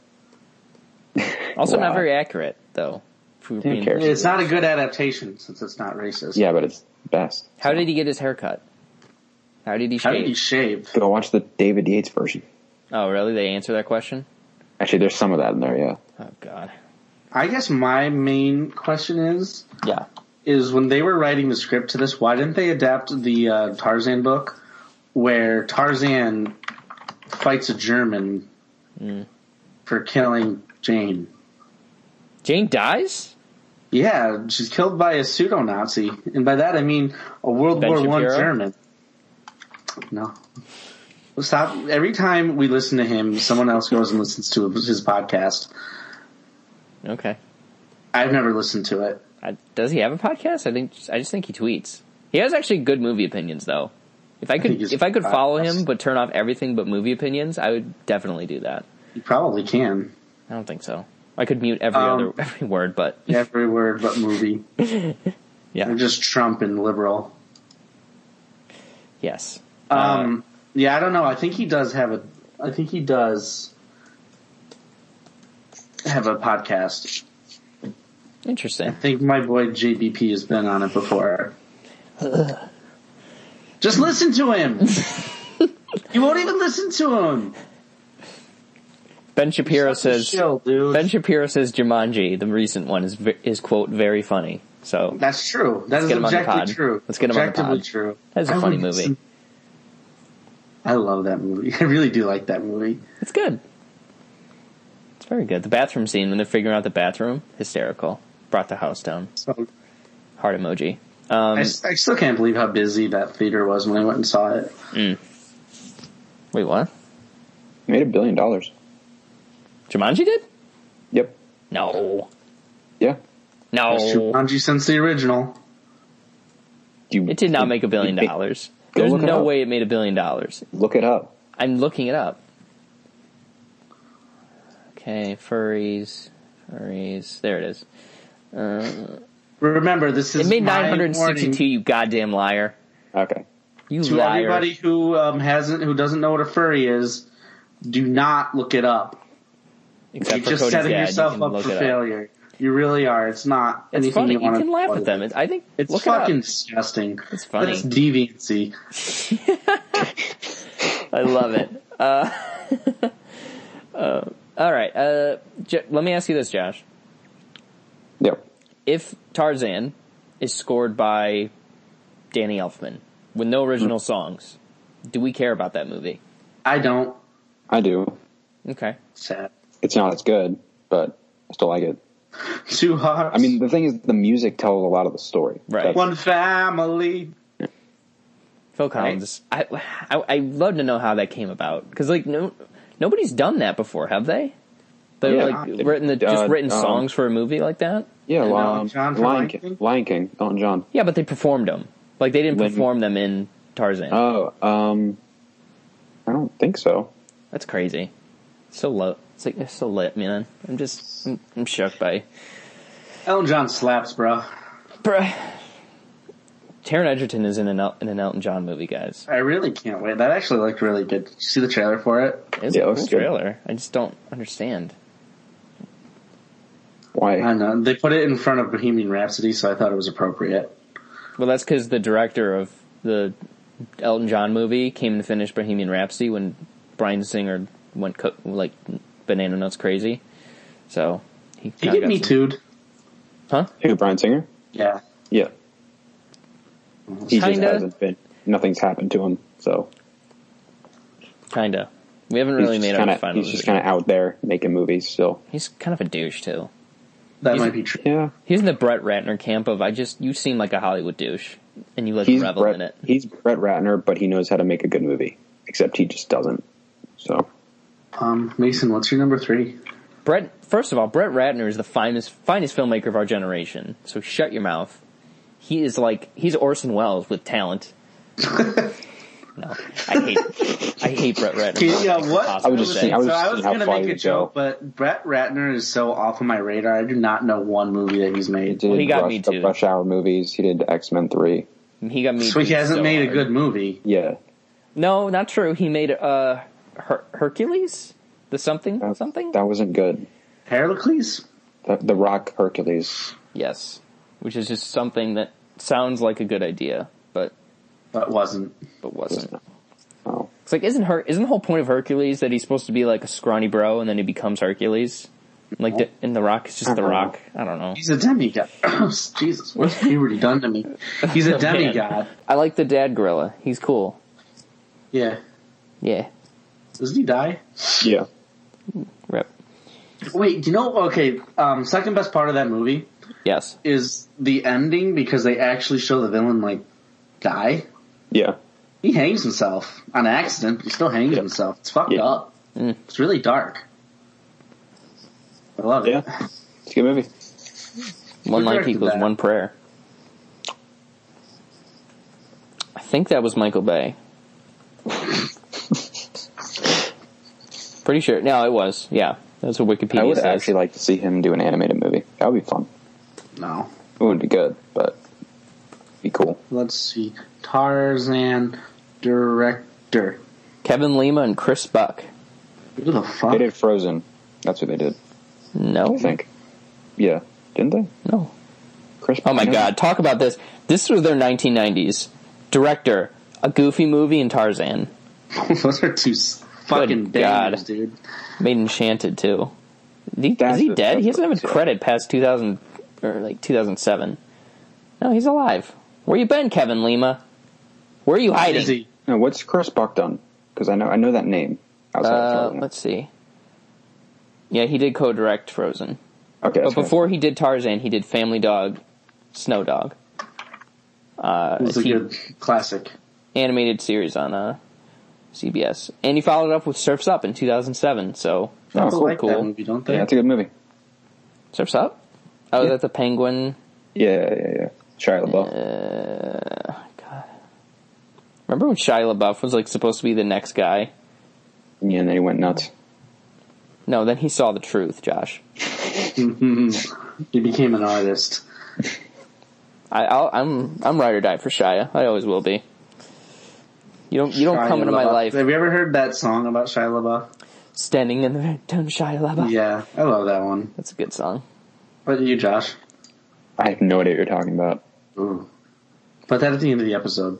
B: Also, not
D: Wow.
B: very accurate, though. If we were
D: Who
B: being-
D: cares?
C: it's not a good adaptation since it's not racist.
D: Yeah, but it's best.
B: How did he get his haircut? How did he
C: How
B: shave?
C: did you shave?
D: Go watch the David Yates version.
B: oh, really? They answer that question?
D: Actually, there's some of that in there. Yeah.
B: Oh, God.
C: I guess my main question is
B: Yeah.
C: is when they were writing the script to this, why didn't they adapt the uh, Tarzan book where Tarzan fights a German
B: Mm.
C: for killing Jane?
B: Jane dies?
C: Yeah, she's killed by a pseudo Nazi, and by that I mean a World
B: Ben
C: War One
B: Shapiro?
C: German. No. Stop. Every time we listen to him, someone else goes and listens to his podcast.
B: Okay.
C: I've never listened to it.
B: I, does he have a podcast? I think I just think he tweets. He has actually good movie opinions though. If I
C: think
B: could
C: he's
B: if I could
C: a
B: follow
C: podcast.
B: him but turn off everything but movie opinions, I would definitely do that.
C: You probably can.
B: I don't think so. I could mute every
C: Um,
B: other every word, but
C: Every word but movie.
B: yeah.
C: They're just Trump and liberal.
B: yes.
C: Um, yeah, I don't know. I think he does have a. I think he does have a podcast.
B: Interesting.
C: I think my boy JBP has been on it before. Just listen to him. you won't even listen to him.
B: Ben Shapiro
C: Just
B: says
C: chill, dude.
B: Ben Shapiro says Jumanji, the recent one is ve- is quote very funny. So
C: That's true. That is
B: get him on the
C: objectively
B: pod.
C: true.
B: Let's get him on the
C: objectively
B: pod.
C: true.
B: That's a
C: I
B: funny
C: would
B: movie.
C: listen- I love that movie. I really do like that movie.
B: it's good. It's very good. The bathroom scene when they're figuring out the bathroom, hysterical. Brought the house down.
C: So
B: Heart emoji. Um,
C: I, s- I still can't believe how busy that theater was when I went and saw it.
B: Wait, what?
D: Made a billion dollars.
B: Jumanji did?
D: Yep.
B: No.
D: Yeah.
B: No.
C: Jumanji since the original.
D: You,
B: It did not make a billion
D: you-
B: dollars.
D: Go
B: There's
D: look it
B: no
D: up.
B: way it made a billion dollars.
D: Look it up.
B: I'm looking it up. Okay, furries, furries. There it is.
C: Remember, this is
B: It made
C: my
B: 962.
C: warning
B: You goddamn liar!
D: Okay.
B: You
C: to
B: liar!
C: everybody who um, hasn't, who doesn't know what a furry is. Do not look it up.
B: Except
C: You're
B: for
C: just
B: Cody's
C: setting
B: dad, you
C: yourself
B: can
C: up
B: look
C: for
B: it
C: failure. You really are. It's not
B: It's
C: anything
B: funny.
C: you
B: You,
C: want
B: can
C: to
B: laugh at them. It's, I think
C: It's
B: look
C: fucking
B: It
C: disgusting.
B: It's funny.
C: That's deviancy.
B: up. I love it. Uh, uh, all right. Uh, J- let me ask you this, Josh.
D: Yep.
B: if Tarzan is scored by Danny Elfman with no original songs, do we care about that movie?
C: I don't.
D: I do.
B: Okay.
C: Sad.
D: It's not as good, but I still like it.
C: Two hearts.
D: I mean, the thing is, the music tells a lot of the story.
B: Right.
D: That's-
C: one family.
B: Phil Collins. I, I I'd love to know how that came about because like no nobody's done that before, have they? They
D: Yeah.
B: like written the, just
D: Uh,
B: written
D: um,
B: songs for a movie like that.
D: yeah,
C: And
D: well,
C: Elton
D: um,
C: John for Lion
D: Lion King.
C: King?
D: Lion King. Elton John.
B: Yeah, but they performed them. Like they didn't
D: When-
B: perform them in Tarzan.
D: Oh, um, I don't think so.
B: That's crazy. So low. It's like it's so lit, man. I'm just I'm, I'm shook by.
C: Elton John slaps, bro.
B: Bruh. Taron Egerton is in an, El- in an Elton John movie, guys.
C: I really can't wait. That actually looked really good. Did you see the trailer for it?
B: It's
D: Yeah,
B: a
D: it
B: cool
D: looks good.
B: trailer. I just don't understand.
D: Why?
C: I know. They put it in front of Bohemian Rhapsody, so I thought it was appropriate.
B: Well, that's because the director of the Elton John movie came to finish Bohemian Rhapsody when Brian Singer went co- like banana nuts crazy. So he
C: He
B: kinda
C: get
B: got
C: me
B: some-
C: tooed.
B: huh?
D: Who, Brian Singer?
C: Yeah.
D: Yeah.
C: Mm-hmm.
D: He just
B: Kinda.
D: hasn't been. Nothing's happened to him, so
B: Kinda. We haven't
D: he's
B: really made
D: just
B: our
D: kinda-
B: final.
D: he's just
B: decision.
D: kind of out there making movies still.
B: He's kind of a douche too.
C: That
B: He's-
C: might be true.
D: Yeah,
B: He's in the Brett Ratner camp of I just you seem like a Hollywood douche and you let them
D: he's
B: revel in
D: Brett.
B: it.
D: He's Brett Ratner, but he knows how to make a good movie. Except he just doesn't. So
C: Um, Mason, what's your number three?
B: Brett, first of all, Brett Ratner is the finest, finest filmmaker of our generation. So shut your mouth. He is like he's Orson Welles with talent. no, I hate, I hate Brett Ratner.
C: Yeah, what?
B: Impossible
D: I was just
B: to say.
D: thinking- I was
C: so
D: just
C: I was
D: thinking how
C: going to
D: far
C: make
D: you
C: a
D: go.
C: joke, but Brett Ratner is so off of my radar. I do not know one movie that he's
D: he
C: made.
D: did
B: he got
D: Rush,
B: me
D: the
B: too.
D: Rush Hour movies. He did X Men Three.
B: he got me.
C: So he
B: beat
C: hasn't
B: so
C: made a
B: hard.
C: good movie.
D: Yeah,
B: No, not true. He made uh Her- Hercules, the something
D: that,
B: something.
D: that wasn't good.
C: Heracles?
D: The, the Rock Hercules.
B: yes, which is just something that sounds like a good idea, but
C: That wasn't.
B: but wasn't.
D: Oh,
B: It's like isn't her isn't the whole point of Hercules that he's supposed to be like a scrawny bro and then he becomes Hercules? Like the, in the Rock is just the
D: Uh-huh.
B: Rock. I don't know.
C: He's a demigod. Oh, Jesus, what's puberty done to me? He's a demigod.
B: I like the dad gorilla. He's cool.
C: Yeah.
B: Yeah.
C: Doesn't he die?
D: yeah.
B: Rip.
C: Wait, do you know? Okay, um, second best part of that movie
B: Yes.
C: is the ending because they actually show the villain like die.
D: Yeah.
C: He hangs himself on accident. But he still hangs himself. It's fucked
D: Yeah.
C: up.
B: Mm.
C: It's really dark. I love
D: Yeah.
C: it.
D: It's a good movie.
B: One life
C: directed
B: equals
C: that?
B: one prayer. I think that was Michael Bay. Pretty sure. No, it was. Yeah. That's what Wikipedia
D: I would
B: says.
D: actually like to see him do an animated movie. That would be fun.
C: No,
D: It wouldn't be good, but it'd be cool.
C: let's see. Tarzan director.
B: Kevin Lima and Chris Buck.
C: Who the
D: They
C: fuck?
D: did Frozen. That's what they did.
B: No.
D: I think. Yeah, didn't they?
B: No.
D: Chris.
B: Oh my
D: Pine?
B: god, talk about this. This was their 1990s. Director, a goofy movie and Tarzan.
C: Those are two s- fucking
B: Good
C: bangers,
B: God.
C: dude.
B: Made Enchanted too. Is he, is
D: That's
B: he
D: the-
B: dead?
D: that's
B: He doesn't have a
D: the-
B: credit past 2000 or like 2007. No, he's alive. Where you been, Kevin Lima? Where are you hiding?
C: Is he?
D: No, what's Chris Buck done? Because I know I know that name. Outside
B: Uh,
D: of Frozen.
B: let's see. Yeah, he did co-direct Frozen.
D: okay,
B: But
D: that's right.
B: before he did Tarzan, he did Family Dog, Snow Dog. Uh,
C: It's a
B: he-
C: good classic.
B: animated series on uh, CBS, and he followed up with Surfs Up in 2007. So
D: Oh,
B: that's
C: People
D: cool,
C: like that
B: cool.
C: movie, don't they?
D: yeah, that's a good movie.
B: Surfs Up. Oh, that's a penguin.
D: Yeah, yeah, yeah. Shia LaBeouf.
B: Remember when Shia LaBeouf was like supposed to be the next guy,
D: and they went nuts.
B: No, then he saw the truth, Josh.
C: He became an artist.
B: I, I'll, I'm I'm ride or die for Shia. I always will be. You don't you don't
C: Shia
B: come into my
C: LaBeouf.
B: life
C: Have you ever heard that song about Shia LaBeouf?
B: standing in the red tone Shia LaBeouf.
C: Yeah, I love that one.
B: That's a good song.
C: What about you, Josh?
D: I have no idea what you're talking about.
C: Ooh. Put that at the end of the episode.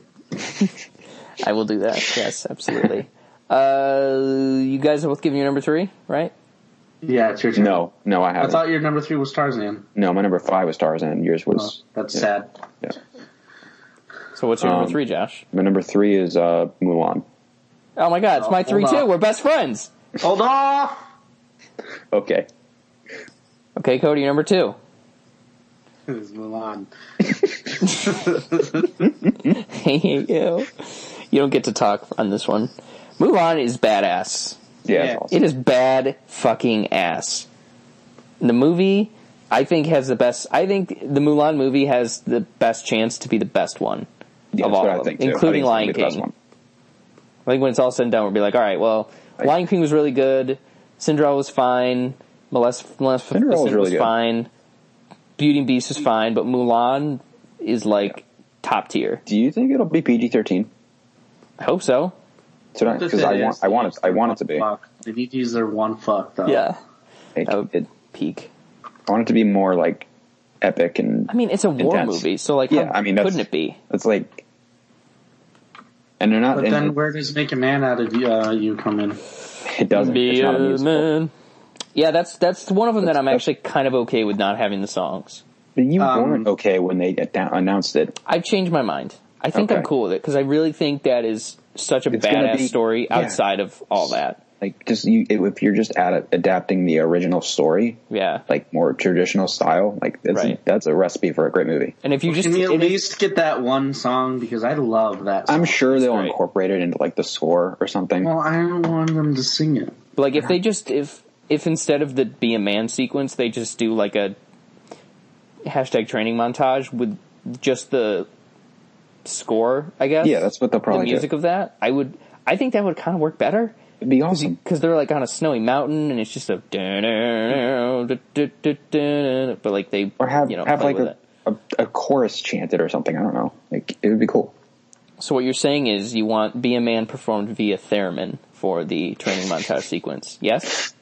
B: I will do that. Yes, absolutely. uh, you guys have both given your number three, right?
C: Yeah, it's your turn.
D: No, no, I
C: I
D: haven't.
C: thought your number three was Tarzan. Oh,
D: no, my number five was Tarzan. Yours was
C: That's
D: yeah,
C: sad.
D: Yeah.
B: So what's your
D: Um,
B: number three, Josh?
D: My number three is uh, Mulan.
B: Oh my God, it's my
C: uh, hold
B: three too.
C: on.
B: We're best friends.
C: Hold off!
D: Okay,
B: Okay, Cody, your number two.
C: It's Mulan.
B: Hey, you. You don't get to talk on this one. Mulan is badass.
D: yeah,
C: Yeah.
D: It's awesome.
B: It is bad fucking ass. The movie, I think, has the best. I think the Mulan movie has the best chance to be the best one
D: Yeah,
B: of
D: that's
B: all
D: what
B: of
D: I
B: them,
D: think, too. I
B: including
D: think it's gonna
B: Lion
D: be the
B: King.
D: best one.
B: I think when it's all said and done, we'll be like, all right, well,
D: I-
B: Lion King was really good. Cinderella was fine. Molest, Molest
D: Cinderella was really good.
B: fine. Beauty and Beast is fine, but Mulan is like top tier.
D: Do you think it'll be PG thirteen?
B: I hope so.
D: Because I want, I want it, I want it to be.
C: Fuck. They need to use their one fuck, though.
B: yeah,
D: Like,
B: that would
D: it,
B: peak.
D: I want it to be more like epic and
B: I mean, it's a war
D: Intense.
B: movie, so like,
D: Yeah,
B: how
D: I mean, that's-
B: couldn't it be?
D: it's like. And they're not.
C: But
D: and
C: then
D: it-
C: where does Make a Man Out of You, uh, you come in?
D: it doesn't. It's
B: Be
D: not a
B: a
D: musical.
B: man. Yeah, that's that's one of them that I'm
D: That's-
B: actually kind of okay with not having the songs.
D: But you
C: Um,
D: weren't okay when they at- announced it.
B: I've changed my mind. I think I'm
D: Okay.
B: cool with it because I really think that is such a
D: It's gonna
B: badass
D: be-
B: story
D: yeah.
B: outside of all that.
D: Like, just you, it, if you're just ad- adapting the original story,
B: Yeah,
D: like more traditional style, like that's,
B: Right.
D: that's a recipe for a great movie.
B: and if you just
C: Can we at
B: it is-
C: least get that one song? Because I love that song.
D: I'm sure they'll
B: great.
D: incorporate it into like the score or something.
C: well, I don't want them to sing it.
B: like if they just if if instead of the be a man sequence they just do like a hashtag training montage with just the score, I guess.
D: yeah, that's what they'll
B: the
D: probably
B: music
D: do.
B: of that. I would. I think that would kind of work better.
D: It'd be awesome.
B: because they're like on a snowy mountain and it's just a but like they
D: Or have
B: you know
D: have
B: play
D: like
B: with
D: a,
B: it.
D: a, a chorus chanted or something. I don't know. Like it would be cool.
B: So what you're saying is you want "Be a Man" performed via theremin for the training montage sequence? Yes.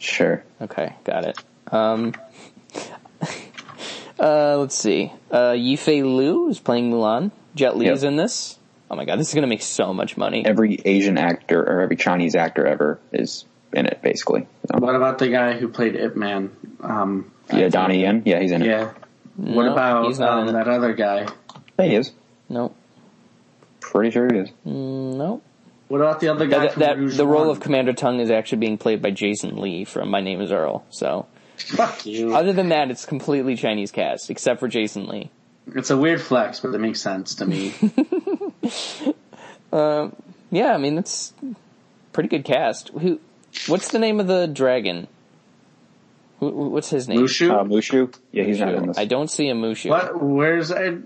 D: Sure.
B: Okay, got it. Um, uh, let's see. Uh, Yifei Liu is playing Mulan. Jet Li
D: Yep.
B: is in this. Oh my god, this is gonna make so much money.
D: Every Asian actor or every Chinese actor ever is in it, basically. So-
C: What about the guy who played Ip Man? Um,
D: yeah, Donnie Yen. Yeah, he's in it.
C: yeah. What
B: No,
C: about
B: he's not in
C: um,
B: it.
C: that other guy?
D: Yeah, he is.
B: No,
D: Pretty sure he is.
B: no.
C: What about the other guy
B: That,
C: from
B: that-
C: Rouge
B: the role of
C: One?
B: Commander Tongue is actually being played by Jason Lee from My Name Is Earl. So,
C: Fuck you.
B: other than that, it's completely Chinese cast except for Jason Lee.
C: It's a weird flex, but it makes sense to me.
B: Yeah, I mean that's pretty good cast. Who? What's the name of the dragon? Wh- wh- What's his name?
C: Mushu?
D: Uh, Mushu. Yeah, he's not in
B: Mushu.
D: this.
B: I don't see a Mushu.
C: what? Where's Ed,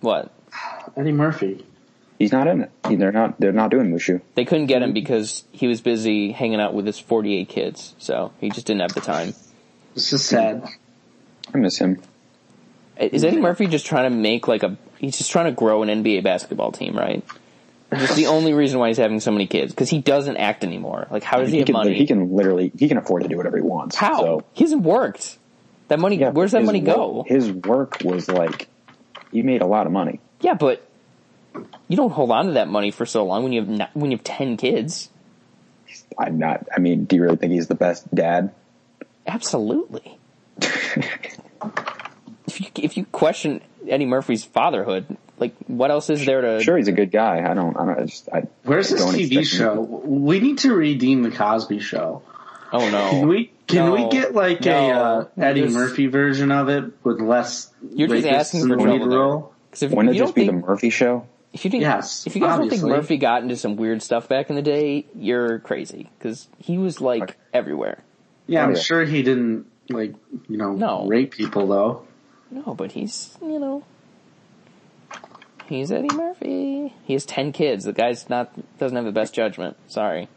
B: What?
C: Eddie Murphy?
D: He's not in it. He- They're not. They're not doing Mushu.
B: They couldn't get him
D: Mm-hmm.
B: because he was busy hanging out with his 48 kids, so he just didn't have the time.
C: This is sad.
D: I miss him.
B: Is Eddie Murphy just trying to make like a? He's just trying to grow an NBA basketball team, right? That's the only reason why he's having so many kids because he doesn't act anymore. Like, how does he,
D: He
B: have
D: can.
B: money?
D: He can literally. He can afford to do whatever he wants.
B: how
D: So,
B: he hasn't worked. That money.
D: yeah,
B: where's that
D: his
B: money
D: work-
B: go?
D: His work was like. He made a lot of money.
B: yeah, but you don't hold on to that money for so long when you have not, when you have ten kids.
D: I'm not. I mean, do you really think he's the best dad?
B: Absolutely. if you if you question Eddie Murphy's fatherhood, like what else is there to?
D: Sure, he's a good guy. I don't. I don't. I just. I,
C: Where's
D: I
C: this
D: don't
C: TV
D: expect him
C: show? We need to redeem the Cosby Show.
B: Oh
C: Can
B: no.
C: we can
B: No.
C: we get like a uh,
B: No.
C: Eddie
B: There's-
C: Murphy version of it with less?
B: You're just
C: rapists
B: asking
C: in
B: for
C: the lead
B: trouble there.
C: role?
B: 'Cause if,
D: Wouldn't
B: if
D: it
B: you
D: just
B: don't
D: be
B: think
D: the Murphy show?
B: If you think,
C: Yes,
B: if you guys don't
C: obviously.
B: think Murphy got into some weird stuff back in the day, you're crazy because he was like everywhere.
C: Yeah, I'm
D: Oh, yeah.
C: sure he didn't like you know
B: No.
C: rape people though.
B: No, but he's you know He's Eddie Murphy. He has ten kids. The guy's not doesn't have the best judgment. Sorry,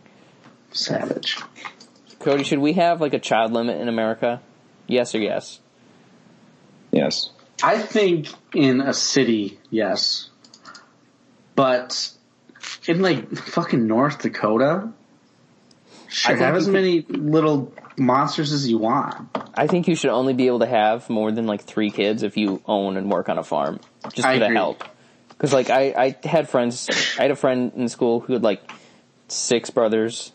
C: Savage.
B: Cody. Should we have like a child limit in America? Yes or yes?
D: Yes.
C: I think in a city, yes. But in like fucking North Dakota, sure,
B: think
C: have as
B: you
C: many little monsters as you want.
B: I think you should only be able to have more than like three kids if you own and work on a farm, just
C: I
B: for the
C: agree.
B: help. Because like I, I had friends, I had a friend in school who had like six brothers,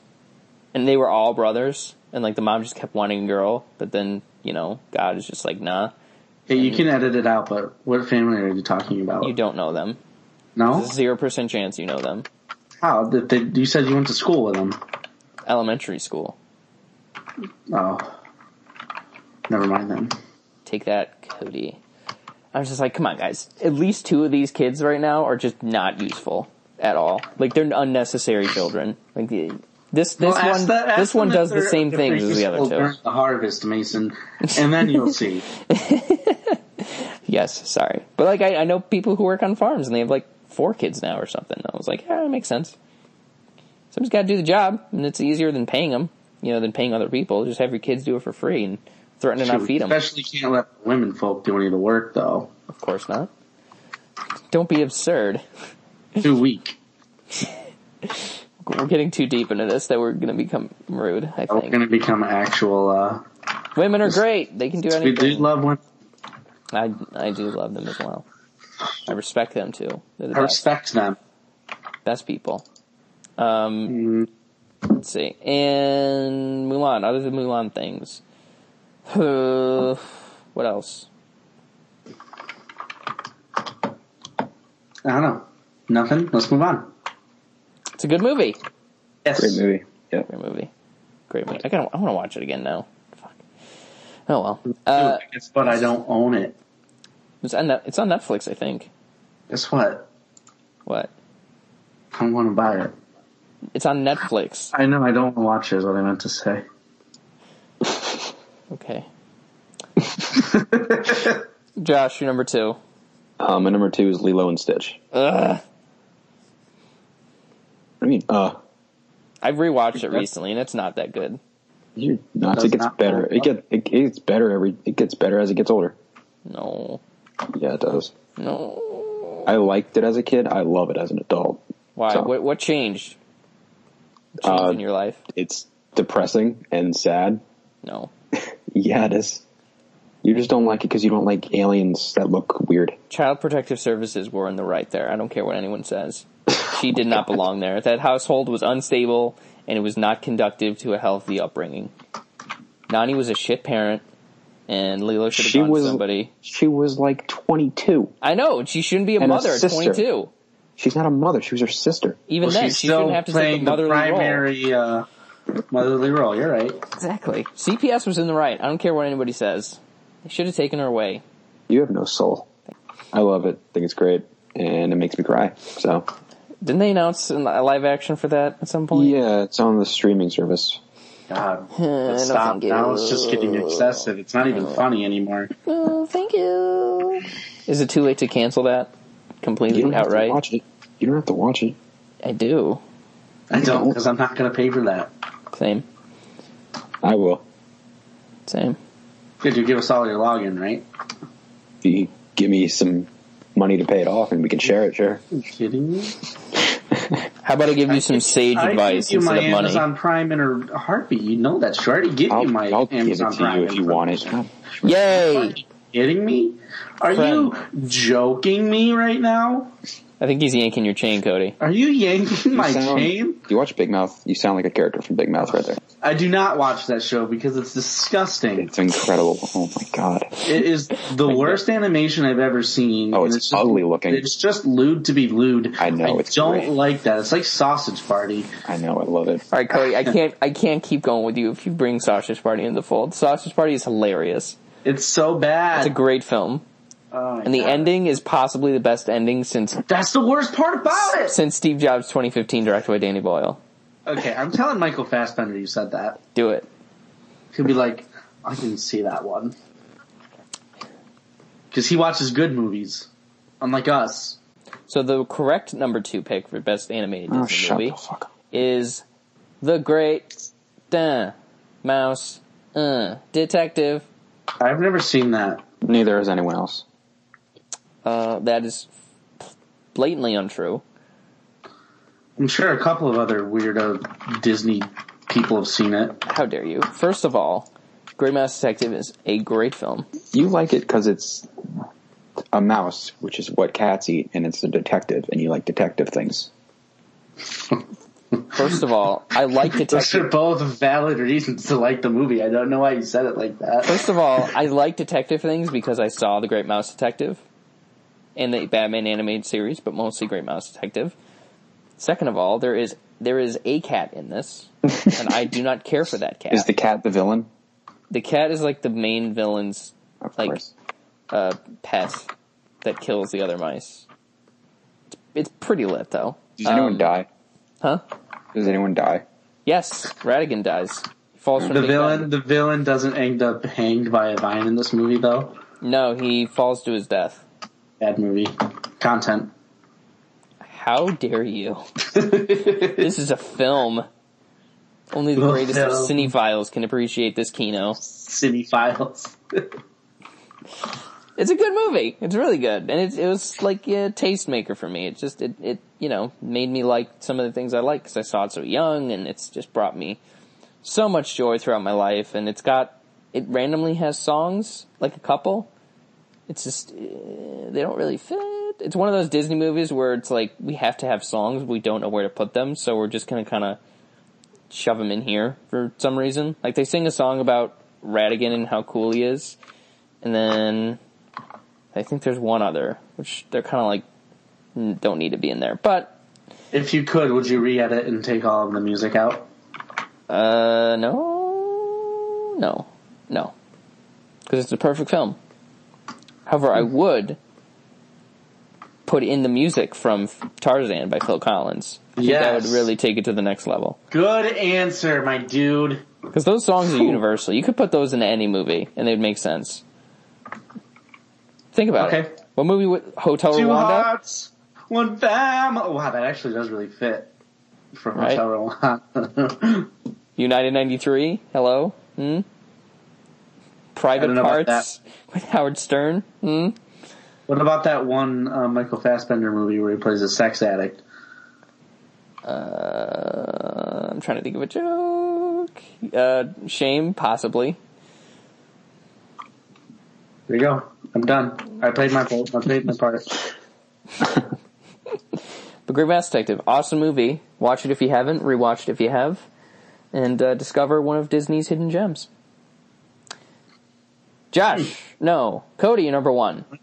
B: and they were all brothers, and like the mom just kept wanting a girl, but then you know God is just like nah,
C: Yeah, you can edit it out, but what family are you talking about?
B: you don't know them,
C: no?
B: zero percent chance you know them.
C: How? That they, you said you went to school with them.
B: Elementary school,
C: Oh. Never mind then.
B: take that, Cody. I was just like, come on, guys. At least two of these kids right now are just not useful at all. Like they're unnecessary children. Like the- this this
C: Well, ask
B: one
C: the- ask
B: this one
C: them if
B: does the
C: they're-
B: same
C: if
B: things
C: they're
B: as the
C: useful
B: other
C: during
B: two.
C: The harvest, Mason, and then you'll see.
B: Yes, sorry, but like I, I know people who work on farms and they have like four kids now or something. I was like, yeah, that makes sense. Somebody's got to do the job, and it's easier than paying them. You know, than paying other people. Just have your kids do it for free and threaten to not feed them.
C: Especially can't let the women folk do any of the work though.
B: Of course not. Don't be absurd.
C: Too weak.
B: We're getting too deep into this that we're going to become rude. I
C: We're
B: think
C: gonna become actual. uh
B: women are great; they can do anything.
C: We do love women.
B: I I do love them as well. I respect them too. They're the
C: I
B: best,
C: respect them.
B: best people. Um,
C: Mm.
B: Let's see. And Mulan. Other than Mulan things, Uh, what else?
C: I don't know. Nothing. Let's move on.
B: It's a good movie.
C: Yes.
D: Great movie. Yeah.
B: Great movie. Great movie. I gotta. I want to watch it again now. Fuck. Oh well. Uh,
C: Dude, guess what? I don't own it.
B: it's on. Net- It's on Netflix. I think.
C: Guess what?
B: What?
C: I don't want to buy it.
B: It's on Netflix.
C: I know I don't want to watch it. Is what I meant to say.
B: Okay. Josh, you're number two.
D: Um, my number two is Lilo and Stitch.
B: Ugh.
D: I mean, uh,
B: I've rewatched it recently, and it's not that good.
D: you're nuts.
C: Does
D: It gets
C: not
D: better.
C: hold
D: It
C: up.
D: gets it, it gets better every. It gets better as it gets older.
B: No,
D: Yeah, it does.
B: no.
D: I liked it as a kid. I love it as an adult.
B: Why?
D: So-
B: What, what changed? What changed
D: Uh,
B: in your life?
D: It's depressing and sad.
B: No.
D: Yeah, it is. You just don't like it because you don't like aliens that look weird.
B: Child Protective Services were in the right there. I don't care what anyone says. She did not belong there. That household was unstable, and it was not conductive to a healthy upbringing. Nani was a shit parent, and Lilo should have
D: She
B: gone
D: was-
B: to somebody.
D: She was like 22
B: I know she shouldn't be a
D: And a
B: mother at
D: sister.
B: 22.
D: She's not a mother. She was her sister.
B: Even then, she shouldn't have to take the motherly role.
C: primary uh, motherly role. You're right.
B: Exactly. CPS was in the right. I don't care what anybody says. They should have taken her away.
D: You have no soul. I love it. think it's great, and it makes me cry. So
B: Didn't they announce a live action for that at some point?
D: yeah, it's on the streaming service.
C: God,
B: no,
C: let's stop.
B: thank you. Uh.
C: Now it's just getting excessive. It's not even funny anymore.
B: Oh, thank you. Is it too late to cancel that completely
D: You don't have
B: outright?
D: to watch it. You don't have to watch it.
B: I do.
C: I don't because I'm not going to pay for that.
B: Same.
D: I will.
B: Same.
C: Good, you give us all your login, right?
D: If you give me some money to pay it off, and we can share it. Sure.
C: Are you kidding me?
B: How about I give you some sage
C: I
B: advice
C: give you
B: instead
C: my
B: of money?
C: Amazon Prime in a heartbeat. You know that. Should I already give
D: I'll,
C: you my
D: I'll give it
C: Amazon
D: to
C: Prime?
D: you if you want it.
C: information.
B: Yay!
C: Kidding me? Are
B: Friend.
C: you joking me right now?
B: I think he's yanking your chain, Cody.
C: Are you yanking my
D: sound-
C: chain?
D: You watch Big Mouth. You sound like a character from Big Mouth right there.
C: I do not watch that show because it's disgusting.
D: It's incredible. Oh my god.
C: It is the worst animation I've ever seen.
D: Oh,
C: and
D: it's
C: just-
D: ugly looking.
C: It's just lewd to be lewd.
D: I know,
C: I
D: it's
C: don't
D: great.
C: like that. It's like Sausage Party.
D: I know. I love it.
B: All right, Cody. I can't. I can't keep going with you if you bring Sausage Party into the fold. Sausage Party is hilarious.
C: It's so bad.
B: It's a great film.
C: Oh my
B: And the
C: God.
B: ending is possibly the best ending since
C: That's the worst part
D: Oh,
C: about it.
B: since Steve Jobs 2015 directed by Danny Boyle.
C: Okay, I'm telling Michael Fassbender you said that.
B: Do it.
C: He'll be like, I didn't see that one. Because he watches good movies, unlike us.
B: So the correct number two pick for best animated
D: Oh,
B: Disney
D: shut
B: movie
D: the fuck up.
B: is the great Duh, mouse uh, detective.
C: I've never seen that.
D: Neither is anyone else.
B: Uh, that is blatantly untrue.
C: I'm sure a couple of other weirdo Disney people have seen it.
B: How dare you? First of all, Great Mouse Detective is a great film.
D: You like it because it's a mouse, which is what cats eat, and it's a detective, and you like detective things.
B: First of all, I like
C: Those
B: detective.
C: are both valid reasons to like the movie. I don't know why you said it like that.
B: First of all, I like detective things because I saw the Great Mouse Detective and the Batman animated series, but mostly Great Mouse Detective. Second of all, there is there is a cat in this, and I do not care for that cat.
D: Is the cat the villain?
B: the cat is like the main villain's
D: Of
B: Like-
D: course.
C: um,
B: uh, pet that kills the other mice. It's pretty lit though.
D: Does anyone
B: Um,
D: die?
B: Huh?
D: Does anyone die?
B: Yes, Radigan dies. He falls from
C: The
B: a big
C: villain,
B: vine.
C: the villain doesn't end up hanged by a vine in this movie, though.
B: No, he falls to his death.
C: Bad movie content.
B: How dare you? this is a film. Only the
C: A
B: greatest of
C: film.
B: cinephiles can appreciate this Kino.
C: City Files.
B: It's a good movie. It's really good, and it, it was like a tastemaker for me. It just it, it you know made me like some of the things I like because I saw it so young, and it's just brought me so much joy throughout my life. And it's got it randomly has songs like a couple. It's just uh, they don't really fit. It's one of those Disney movies where it's like we have to have songs, we don't know where to put them, so we're just gonna kind of shove them in here for some reason. Like they sing a song about Radigan and how cool he is, and then I think there's one other, which they're kind of like n- don't need to be in there. But
C: If you could, would you re-edit and take all of the music out?
B: uh, no, no, no, because it's a perfect film. However,
C: Hmm.
B: I would put in the music from Tarzan by Phil Collins. I think that would
C: Yes.
B: really take it to the next level.
C: Good answer, my dude.
B: Because those songs are universal. You could put those into any movie, and they'd make sense. Think about
C: Okay.
B: it. What movie would Hotel
C: Two
B: Rwanda?
C: hearts, one family. Wow, that actually does really fit for
B: Right.
C: Hotel Rwanda.
B: United 93, hello? Hmm? Private
C: don't know about
B: Parts with Howard Stern? Hmm?
C: what about that one uh, Michael Fassbender movie where he plays a sex addict?
B: Uh, I'm trying to think of a joke. Uh, shame, possibly.
C: There you go. I'm done. I played my part. I played my part.
B: But Great Mouse Detective, awesome movie. Watch it if you haven't, rewatch it if you have, and uh, discover one of Disney's hidden gems. Josh, no, Cody, you're number one.
C: Number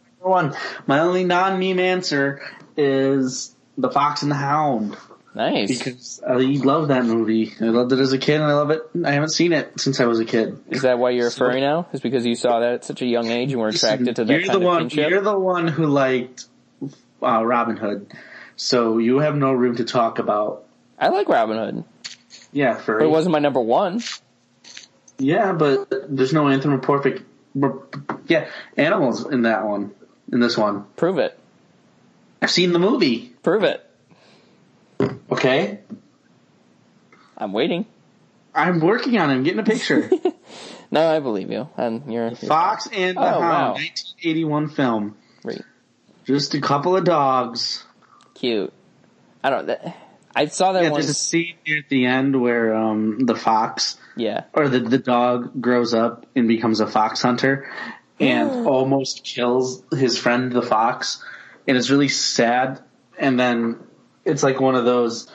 C: one, my only non-meme answer is The Fox and the Hound
B: Nice.
C: because I love that movie. I loved it as a kid, and I love it. I haven't seen it since I was a kid.
B: Is that why you're a furry now? Is because you saw that at such a young age and were attracted to that
C: you're
B: kind
C: the
B: of
C: one.
B: kinship?
C: You're the one who liked uh, Robin Hood, so you have no room to talk about.
B: I like Robin Hood,
C: Yeah, furry.
B: but it wasn't my number one.
C: yeah, but there's no anthropomorphic. Yeah, animals in that one. In this one,
B: Prove it.
C: I've seen the movie.
B: Prove it.
C: Okay,
B: I'm waiting.
C: I'm working on it. I'm getting a picture.
B: No, I believe you. And you're, you're
C: Fox and the
B: Oh,
C: Hound,
B: wow.
C: 1981 film.
B: great.
C: Just a couple of dogs.
B: Cute. I don't. That, I saw that
C: Yeah,
B: one.
C: there's a scene near the end where um, the fox
B: Yeah.
C: or the, the dog grows up and becomes a fox hunter and almost kills his friend the fox and it's really sad and then it's like one of those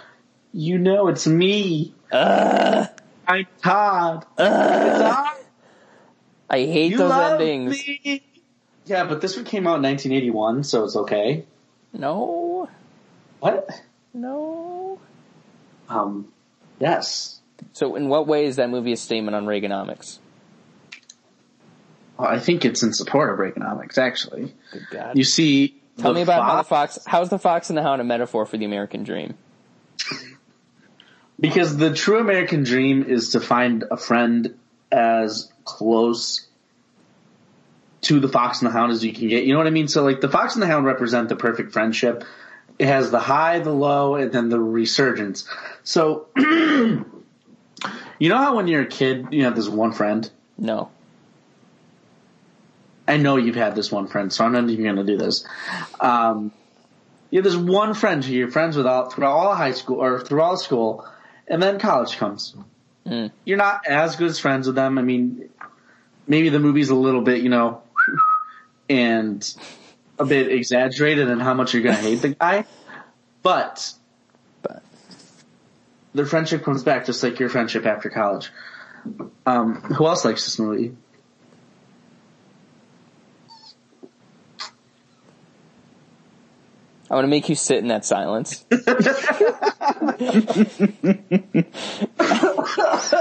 C: you know it's me
B: Uh.
C: i'm todd Todd,
B: I hate
C: you
B: Uh. those
C: love
B: endings.
C: me yeah but this one came out in 1981 so it's okay
B: No.
C: what
B: No.
C: um yes
B: So, in what way is that movie a statement on Reaganomics?
C: Well, i think it's in support of Reaganomics, actually
B: Good God.
C: you see
B: Tell
C: the
B: me about how the
C: fox-
B: fox. How's the fox and the hound a metaphor for the American dream?
C: Because the true American dream is to find a friend as close to the Fox and the Hound as you can get. You know what I mean? So like the Fox and the Hound represent the perfect friendship it has the high, the low, and then the resurgence. So, you know how when you're a kid, you have this one friend.
B: No.
C: I know you've had this one friend, so I'm not even going to do this. Um, you have this one friend who you're friends with all throughout all high school or throughout all school, and then college comes.
B: Mm.
C: You're not as good as friends with them. I mean, maybe the movie's a little bit, you know, and a bit exaggerated in how much you're going to hate the guy, but
B: But
C: their friendship comes back just like your friendship after college. Um, who else likes this movie?
B: I want to make you sit in that silence.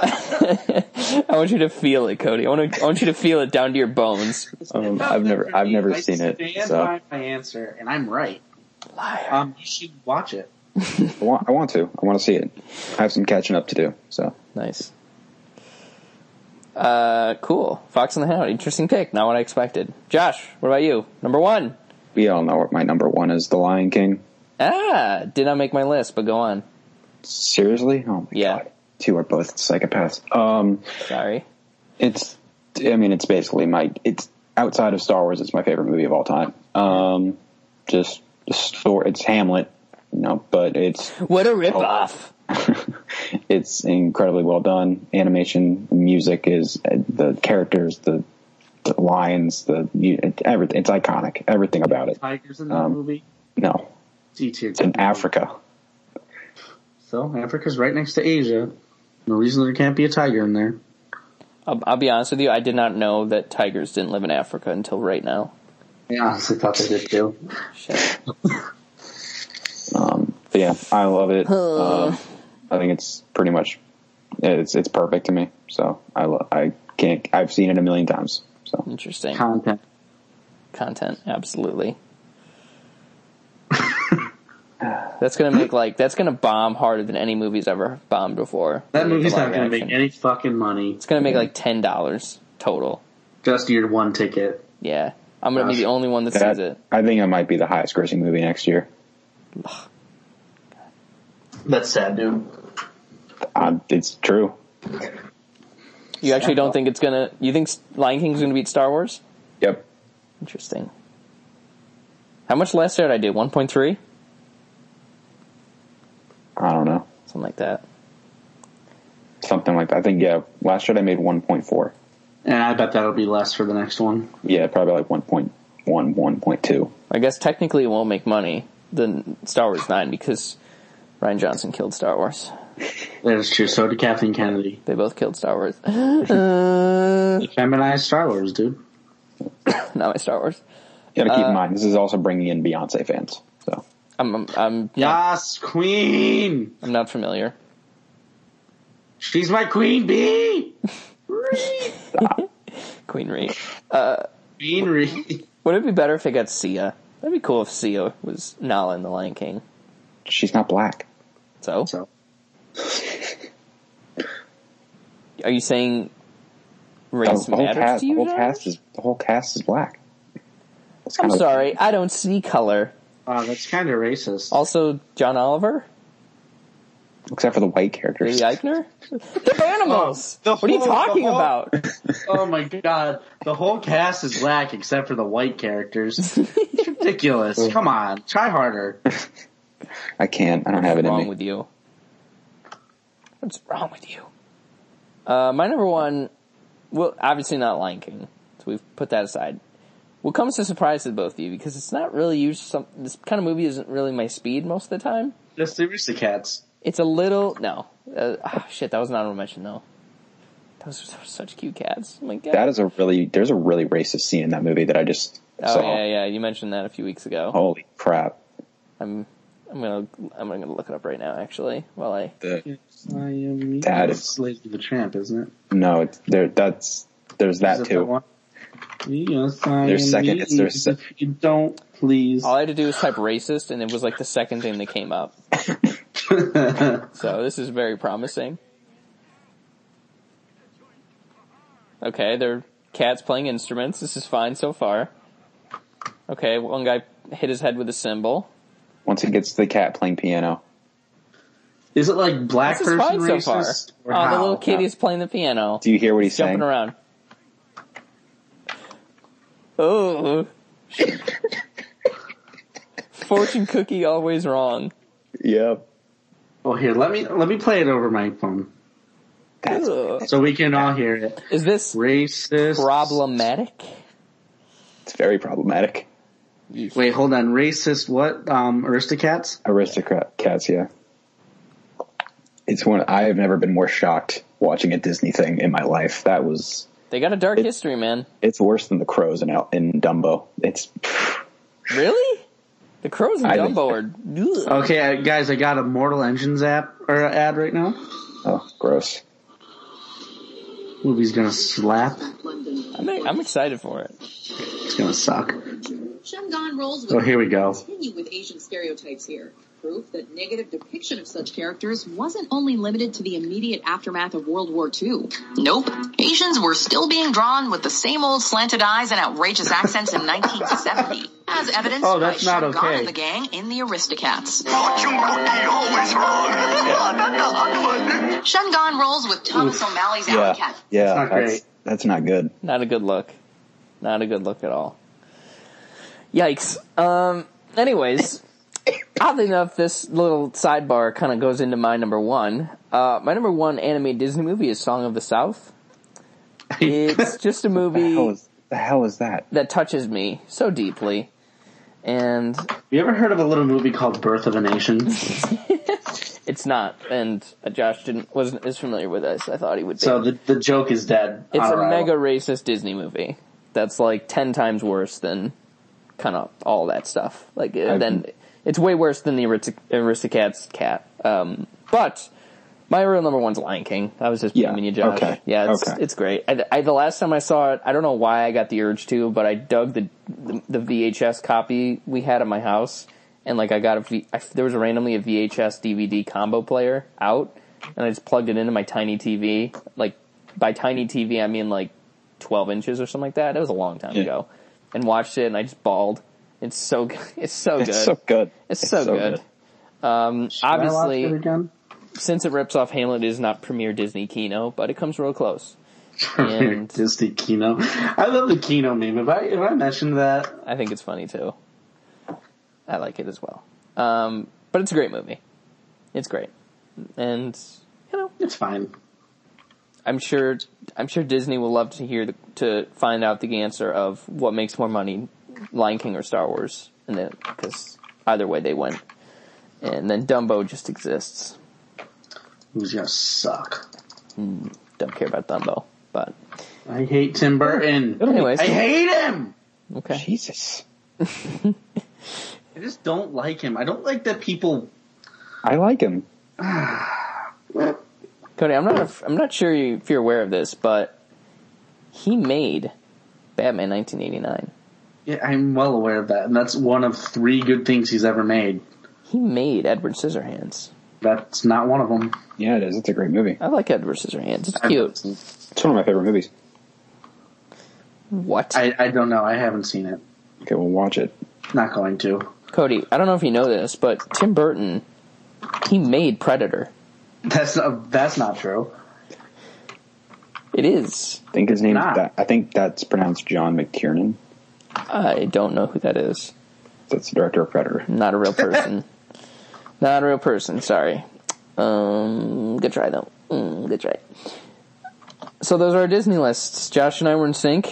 B: I want you to feel it, Cody. I want to, I want you to feel it down to your bones.
D: Um, I've never I've never
C: I
D: seen it,
C: stand
D: so
C: by my answer, and I'm right.
B: Liar.
C: Um, you should watch it.
D: I want, I want to. I want to see it. I have some catching up to do. So
B: Nice. Uh, cool. Fox and the Hound. Interesting pick. Not what I expected. Josh, what about you? Number one.
D: we all know what my number one is: The Lion King.
B: Ah, did not make my list, but go on.
D: Seriously? Oh my
B: Yeah.
D: god. Two are both psychopaths. Um,
B: Sorry.
D: it's I mean it's basically my it's outside of Star Wars it's my favorite movie of all time. Um, just the story it's Hamlet, you know, but it's
B: What a ripoff.
D: it's incredibly well done. Animation, music is the characters, the, the lines, the it, everything. It's iconic. Everything about it.
C: Tigers in that
D: Um,
C: movie.
D: No,
C: D tier.
D: it's in Africa.
C: So Africa's right next to Asia. No reason there can't be a tiger in there.
B: I'll, I'll be honest with you. I did not know that tigers didn't live in Africa until right now.
C: I honestly thought they did too.
B: Shit.
D: Um, but yeah, I love it.
B: Huh.
D: Um, I think it's pretty much it's it's perfect to me. So I lo- I can't. I've seen it a million times. So
B: Interesting.
C: Content.
B: Content. Absolutely. That's gonna make like that's gonna bomb harder than any movie's ever bombed before.
C: That movie's not
B: Live
C: going to
B: action.
C: make any fucking money.
B: It's gonna make like ten dollars total.
C: Just your one ticket.
B: Yeah, I'm gonna be the only one that
D: that,
B: sees it.
D: I think it might be the highest grossing movie next year.
C: That's sad, dude.
B: Hmm.
D: Um, it's true.
B: You actually don't think it's gonna? You think Lion King's gonna beat Star Wars?
D: Yep.
B: Interesting. How much last year did I do? One point three,
D: I don't know.
B: something like that.
D: something like that. I think yeah. Last year I made one point four.
C: And I bet that'll be less for the next one.
D: Yeah, probably like 1.1, 1.2.
B: I guess technically it won't make money than Star Wars nine because Ryan Johnson killed Star Wars.
C: That is true. So did Kathleen Kennedy.
B: They both killed Star Wars. Uh,
C: Feminized Star Wars, dude.
B: not my Star Wars.
D: You got to
B: Uh,
D: keep in mind this is also bringing in Beyonce fans. So
B: I'm I'm I'm,
C: Yes, Queen.
B: I'm not familiar.
C: She's my queen bee.
B: Queen Ree.
C: Queen Ree.
B: Would it be better if it got Sia? That'd be cool if Sia was Nala in The Lion King.
D: she's not black.
B: So,
C: So
B: are you saying
D: The
B: race
D: whole
B: matters to
D: cast, the
B: you?
D: whole
B: Josh?
D: cast is the whole cast is black. It's
B: I'm
D: kind of-
B: sorry, I don't see color.
C: wow, uh, that's kind of racist.
B: Also, John Oliver,
D: except for the white characters.
B: Billy Eichner, the animals.
C: Oh, the
B: what are you
C: whole-
B: talking
C: the whole-
B: about?
C: Oh my god, the whole cast is black except for the white characters. It's ridiculous. Come on, try harder.
D: I can't. I don't have it
B: What's
D: in
B: wrong
D: me.
B: with you? What's wrong with you? Uh, my number one, well, obviously not Lion King, so we've put that aside. What comes to surprise to both of you because it's not really used. Some, this kind of movie isn't really my speed most of the time.
C: Just the Aristocats.
B: It's a little no. Uh, ah, shit, that was an honorable mention though. Those are such cute cats. Oh my god.
D: That is a really there's a really racist scene in that movie that I just
B: oh
D: saw.
B: yeah, yeah. You mentioned that a few weeks ago.
D: Holy crap!
B: I'm I'm gonna I'm gonna look it up right now actually. While I
D: The,
C: I am
D: That is-
C: slave to the tramp, isn't it?
D: no, it's, there. That's there's
C: Is
D: that
C: it
D: too.
C: that one? Yes, I
D: Their
C: am
D: second- it's their
C: Eve.
D: se-
C: If you don't, please.
B: all I had to do was type racist, and it was like the second thing that came up. so this is very promising. Okay, they're cats playing instruments. This is fine so far. Okay, one guy hit his head with a cymbal.
D: Once he gets to the cat playing piano.
C: Is it like black
B: This is fine
C: person
B: so far.
C: racist? or
B: Oh, the
C: how?
B: little kitty's playing the piano.
D: Do you hear what he's
B: jumping
D: saying?
B: around. Oh. Fortune cookie always wrong.
D: Yep.
C: Oh, here, let me let me play it over my phone
D: That's,
B: Ugh.
C: so we can all hear it.
B: Is this
C: Racist.
B: problematic?
D: it's very problematic.
C: Wait, hold on. Racist. What? Um, Aristocats.
D: Aristocrat cats, yeah. It's one I have never been more shocked watching a Disney thing in my life. That was
B: They got a dark
D: It-
B: history, man.
D: it's worse than the crows in Al- in Dumbo. It's
B: Really? The crows and
D: I think-
B: Dumbo are. ugh.
C: Okay, I- guys, I got a Mortal Engines app or ad right now.
D: oh gross.
C: Movie's gonna slap.
B: I'm, I'm excited for it.
C: It's gonna suck.
E: Shengon rolls with
C: Oh, here we go.
E: continue with Asian stereotypes here. Proof that negative depiction of such characters wasn't only limited to the immediate aftermath of World War II. Nope. Asians were still being drawn with the same old slanted eyes and outrageous accents in 1970, as evidenced
C: Oh, that's
E: by
C: not
E: Shengon
C: okay.
E: and the gang in The Aristocats.
F: Fortune cookie always wrong.
E: Shengon rolls with Thomas O'Malley's alley
D: Yeah,
E: cat.
D: yeah,
C: not
D: that's
C: great.
D: that's not good.
B: Not a good look. Not a good look at all. Yikes. Um. Anyways, oddly enough, this little sidebar kind of goes into my number one. Uh, my number one anime Disney movie is Song of the South. It's just a
D: The hell
B: movie
D: is the hell is that?
B: that touches me so deeply, and
C: You ever heard of a little movie called Birth of a Nation?
B: it's not. And uh, Josh didn't wasn't as familiar with this. I thought he would be.
C: So the the joke is dead.
B: It's
C: on
B: a
C: arrival.
B: mega racist Disney movie that's like ten times worse than kind of all that stuff. Like uh,
D: I've-
B: then it's way worse than the Aristo- Aristocats cat. Um, but my real number one's Lion King. I was just
D: Yeah,
B: beaming you, Josh.
D: okay,
B: Yeah, it's,
D: okay.
B: it's great. I, I- the last time I saw it, I don't know why I got the urge to, but I dug the the, the VHS copy we had at my house, and like I got a v, I, there was randomly a VHS DVD combo player out, and I just plugged it into my tiny TV. Like by tiny TV, I mean like twelve inches or something like that. It was a long time
D: Yeah.
B: ago, and watched it, and I just bawled. It's so good. It's so
D: It's
B: good.
D: so good.
B: It's so good. Um,
C: Can I watch it
B: obviously,
C: again?
B: since it rips off Hamlet, it is not premier Disney Kino, but it comes real close. And-
C: Disney Kino. I love the Kino meme. If I if I mentioned that,
B: I think it's funny too. I like it as well. Um, but it's a great movie. It's great, and you know,
C: it's fine.
B: I'm sure I'm sure Disney will love to hear the, to find out the answer of what makes more money, Lion King or Star Wars, and then because either way they win, and then Dumbo just exists.
C: Who's gonna suck?
B: Don't care about Dumbo, but
C: I hate Tim Burton.
B: anyways,
C: I hate him.
B: okay.
D: Jesus,
C: I just don't like him. I don't like that people.
D: I like him.
B: Cody, I'm not. I'm not sure you, if you're aware of this, but he made Batman 1989.
C: Yeah, I'm well aware of that, and that's one of three good things he's ever made.
B: He made Edward Scissorhands.
C: That's not one of them.
D: Yeah, it is. It's a great movie.
B: I like Edward Scissorhands. It's cute.
D: It's one of my favorite movies.
B: What,
C: I, I don't know. I haven't seen it.
D: Okay, we'll watch it.
C: Not going to.
B: Cody? I don't know if you know this, but Tim Burton, he made Predator.
C: That's not, that's not true.
B: It is.
D: I think his name.
C: Nah.
D: That, I think that's pronounced John McTiernan.
B: I don't know who that is.
D: That's the director of Predator.
B: Not a real person. Not a real person. Sorry. Um, good try though. Mm, good try. So those are our Disney lists. Josh and I were in sync,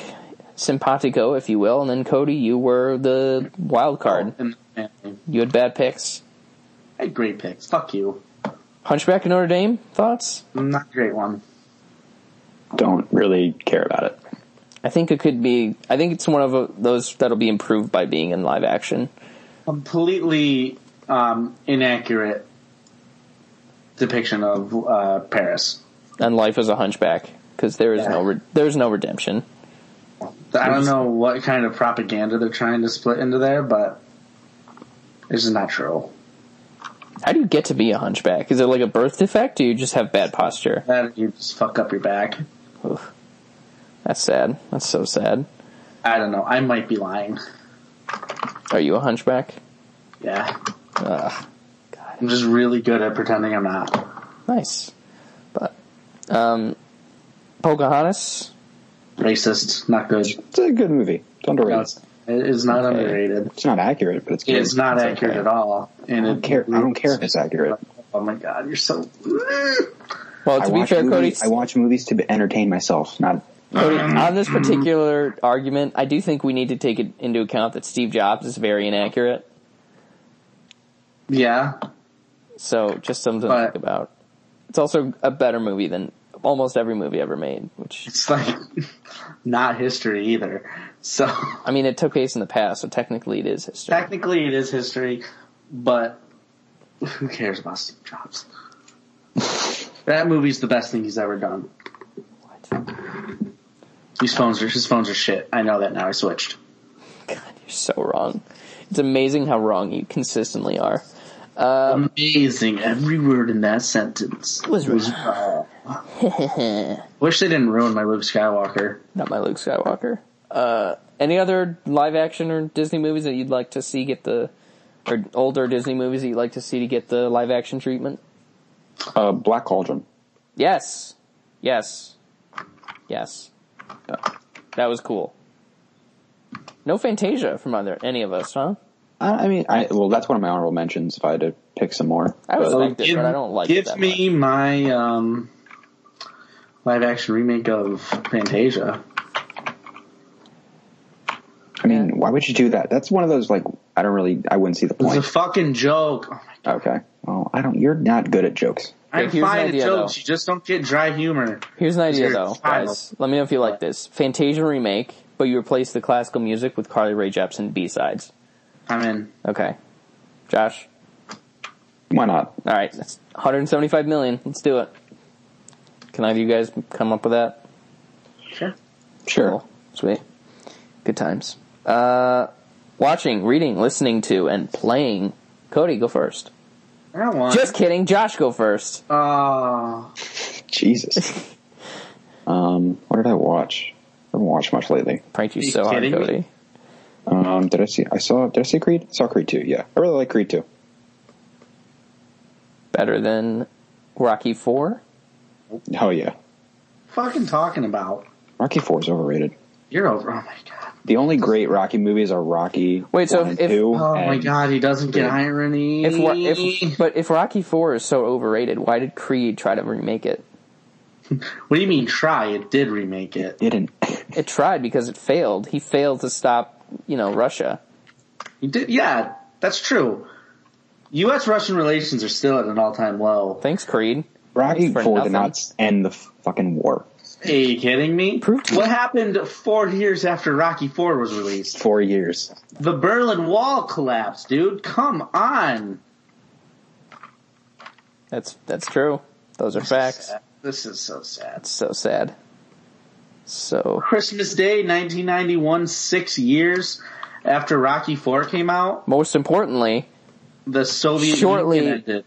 B: simpatico, if you will, and then Cody, you were the wild card.
C: And, and-
B: You had bad picks.
C: I had great picks. Fuck you.
B: Hunchback of Notre Dame thoughts?
C: Not a great one.
D: Don't really care about it.
B: I think it could be. I think it's one of uh, those that'll be improved by being in live action.
C: Completely um, inaccurate depiction of uh, Paris.
B: And life as a hunchback because there is no re- there's no redemption.
C: I don't know what kind of propaganda they're trying to split into there, but it's just not true.
B: How do you get to be a hunchback? Is it like a birth defect? Do you just have bad posture?
C: That you just fuck up your back.
B: Oof. That's sad. That's so sad.
C: I don't know. I might be lying.
B: Are you a hunchback?
C: Yeah. I'm just really good at pretending I'm not.
B: Nice. But, um, Pocahontas,
C: Racist, not good.
D: It's a good movie. It's underrated.
C: No, it's, it's not
B: Okay.
C: underrated.
D: It's not accurate, but it's good.
C: It's not
D: It's
C: accurate
D: okay.
C: at all. And
D: I don't care. I don't care if it's accurate.
C: Oh my god, you're so.
B: well,
D: I
B: to be
D: watch
B: fair, Cody,
D: movies- I watch movies to entertain myself, not
B: Cody, on this particular argument, I do think we need to take it into account that Steve Jobs is very inaccurate.
C: Yeah,
B: So just something to
C: But-
B: think about. It's also a better movie than almost every movie ever made, which
C: it's like not history either. So
B: I mean, it took place in the past, so technically it is history.
C: technically, it is history, but who cares about Steve Jobs? that movie's the best thing he's ever done.
B: What?
C: These phones are his phones are shit. I know that now. I switched.
B: God, you're so wrong. It's amazing how wrong you consistently are.
C: Amazing. Every word in that sentence
B: Was wrong.
C: wrong. Wish they didn't ruin my Luke Skywalker.
B: Not my Luke Skywalker. Uh, any other live action or Disney movies that you'd like to see get the, or older Disney movies that you'd like to see to get the live action treatment?
D: uh, Black Cauldron.
B: Yes. Yes. Yes. Uh, That was cool. No Fantasia from either any of us, huh?
D: I, I mean, I well, that's one of my honorable mentions. If I had to pick some more,
B: I was
D: But
B: like- liked it, but I don't like it
C: give
B: that
C: me my um, live action remake of Fantasia.
D: I mean, why would you do that? That's one of those like I don't really, I wouldn't see the
C: It's a
D: point.
C: fucking joke. Oh my-
D: okay, well, I don't. You're not good at jokes.
C: I'm
B: here's an
C: fine at
B: idea,
C: jokes.
B: though.
C: You just don't get dry humor.
B: Here's an idea
C: Is there a
B: though,
C: title?
B: guys. Let me know if you like this. Fantasia remake, but you replace the classical music with Carly Rae Jepsen B-sides.
C: I'm in.
B: Okay. Josh.
D: Why not?
B: All right, that's 175 million. Let's do it. Can either of you guys come up with that?
C: Sure.
D: Sure.
B: Cool. Sweet. Good times. Uh, watching, reading, listening to, and playing. Cody, go first.
C: I don't want.
B: Just kidding. Josh, go first.
C: Oh,
D: Jesus. um, what did I watch? I haven't watched much lately.
B: Pranked you
C: Are you
B: so hard,
C: kidding me?
B: Cody.
D: Um, did I see? I saw. Did I see Creed? I saw Creed two. Yeah, I really like Creed two.
B: Better than Rocky Four.
D: Oh yeah,
C: fucking talking about.
D: Rocky four is overrated.
C: You're over. Oh my god.
D: The only great Rocky movies are Rocky.
B: Wait, so
D: one and
B: if-
D: two,
C: Oh my
D: and
C: god. He doesn't get irony.
B: If, Ro- if but if Rocky Four is so overrated, why did Creed try to remake it?
C: what do you mean try? It did remake it.
D: didn't.
B: It tried because it failed. He failed to stop, you know, Russia.
C: You did, yeah, that's true. U.S. Russian relations are still at an all time low.
B: Thanks, Creed.
D: Rocky
B: For
D: four did
B: nothing.
D: not s- end the f- fucking war.
C: Are you kidding me?
B: Prove to me.
C: What happened four years after Rocky Four was released?
D: Four years.
C: The Berlin Wall collapsed, dude. Come on.
B: That's that's true. Those are facts.
C: This is so sad.
B: So sad. So
C: Christmas Day, 1991, six years after Rocky Four came out,
B: most importantly,
C: the Soviet
B: Shortly-
C: Union ended.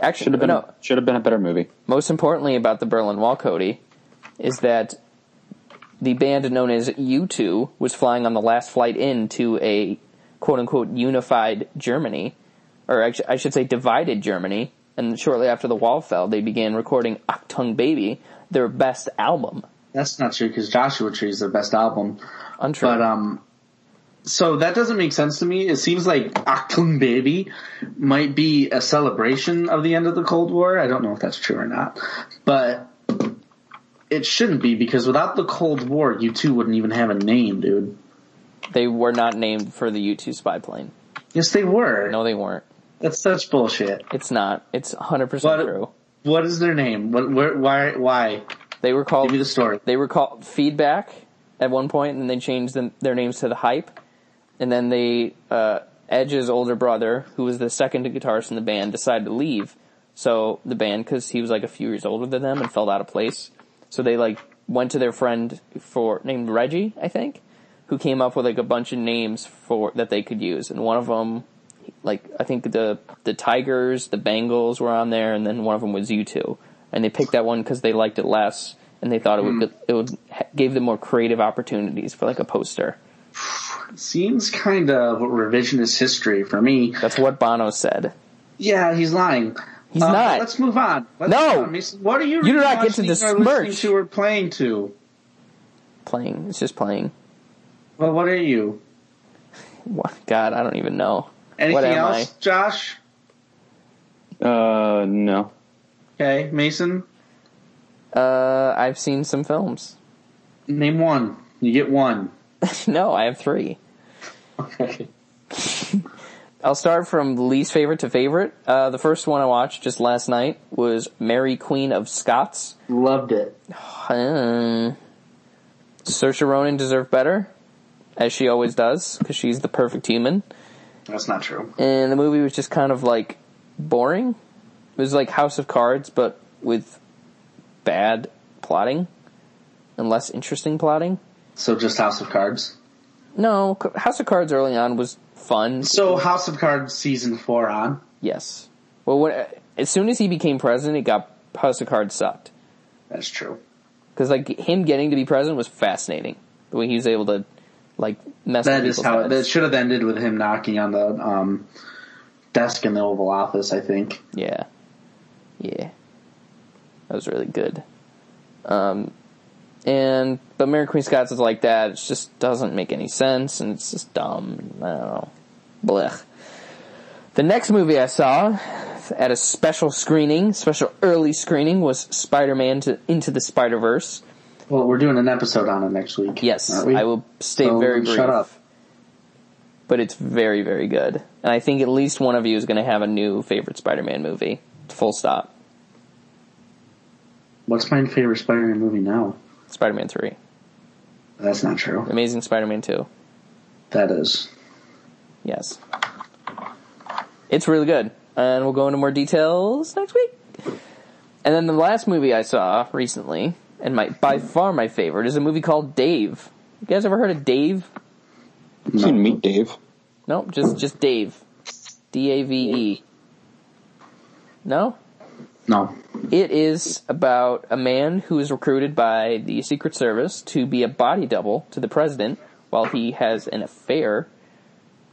B: actually,
D: Should have been.
B: no.
D: Should have been a better movie.
B: most importantly about the Berlin Wall, Cody, is that the band known as U2 was flying on the last flight in to a quote unquote unified Germany, or actu- I should say divided Germany, and shortly after the wall fell, they began recording Achtung Baby, their best album.
C: That's not true because Joshua Tree is the best album.
B: Untrue.
C: But um, so that doesn't make sense to me. It seems like Achtung Baby might be a celebration of the end of the Cold War. I don't know if that's true or not, but it shouldn't be because without the Cold War, you two wouldn't even have a name, dude.
B: they were not named for the U2 spy plane.
C: Yes, they were.
B: No, they weren't.
C: That's such bullshit.
B: It's not. It's 100%
C: What-
B: true.
C: What is their name? What? Where? Why? Why?
B: They were called
C: Give me the story.
B: They were called Feedback at one point, and they changed them, their names to the Hype. And then they uh, Edge's older brother, who was the second guitarist in the band, decided to leave. So the band, because he was like a few years older than them and felt out of place, so they like went to their friend for named Reggie, I think, who came up with like a bunch of names for that they could use, and one of them. Like I think the the Tigers, the Bengals were on there, and then one of them was U2, and they picked that one because they liked it less, and they thought it would it would ha- gave them more creative opportunities for like a poster.
C: seems kind of revisionist history for me.
B: That's what Bono said.
C: Yeah, he's lying.
B: He's
C: Um,
B: not.
C: Let's move on. Let's
B: No.
C: move on. Mason, What are you?
B: You do not get to
C: watching
B: besmirch.
C: or listening to or playing to.
B: Playing. It's just playing.
C: Well, what are you?
B: What? God, I don't even know.
C: Anything
B: what am
C: else, Josh?
D: Uh, no.
C: Okay, Mason.
B: I? Uh, I've seen some films.
C: Name one. You get one.
B: no, I have three.
C: Okay.
B: I'll start from least favorite to favorite. Uh, the first one I watched just last night was Mary Queen of Scots.
C: Loved it.
B: Hmm. Saoirse Ronan deserved better, as she always does, because she's the perfect human.
C: That's not true.
B: And the movie was just kind of like boring. It was like House of Cards, but with bad plotting and less interesting plotting.
C: So just House of Cards.
B: No, C- House of Cards early on was fun.
C: So House of Cards season four on.
B: Yes. Well, when, uh, as soon as he became president, it got House of Cards sucked.
C: That's true.
B: Because like him getting to be president was fascinating. The way he was able to like mess.
C: That
B: with
C: is
B: people's
C: how it,
B: heads.
C: that should have ended with him knocking on the um, desk in the Oval Office. I think.
B: Yeah. Yeah. That was really good. Um, and, but Mary Queen Scott's is like that. It just doesn't make any sense and it's just dumb. I don't know. Blech. The next movie I saw at a special screening, special early screening, was Spider-Man to, Into the Spider-Verse.
C: Well, we're doing an episode on it next week.
B: Yes,
C: aren't we?
B: I will stay
C: So
B: very brief.
C: shut up.
B: But it's very, very good. And I think at least one of you is going to have a new favorite Spider-Man movie. Full stop.
C: What's my favorite Spider-Man movie now?
B: Spider-Man 3.
C: That's not true.
B: Amazing Spider-Man 2.
C: That is.
B: Yes. It's really good. And we'll go into more details next week. And then the last movie I saw recently, and my by far my favorite, is a movie called Dave. You guys ever heard of Dave?
D: You can meet Dave.
B: Nope, just just Dave. D A V E. No?
C: No.
B: It is about a man who is recruited by the Secret Service to be a body double to the president while he has an affair,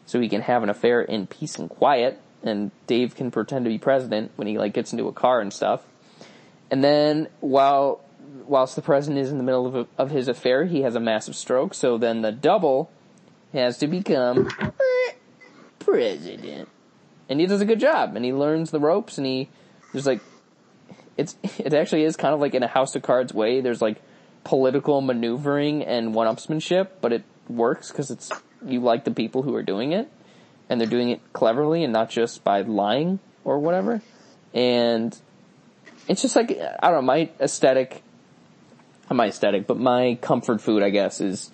B: so he can have an affair in peace and quiet, and Dave can pretend to be president when he like gets into a car and stuff. And then while whilst the president is in the middle of, of his affair, he has a massive stroke, so then the double has to become president. And he does a good job, and he learns the ropes, and he there's like it's it actually is kind of like in a House of Cards way. There's like political maneuvering and one-upsmanship, but it works because it's you like the people who are doing it, and they're doing it cleverly and not just by lying or whatever. And it's just like I don't know my aesthetic, not my aesthetic, but my comfort food, I guess, is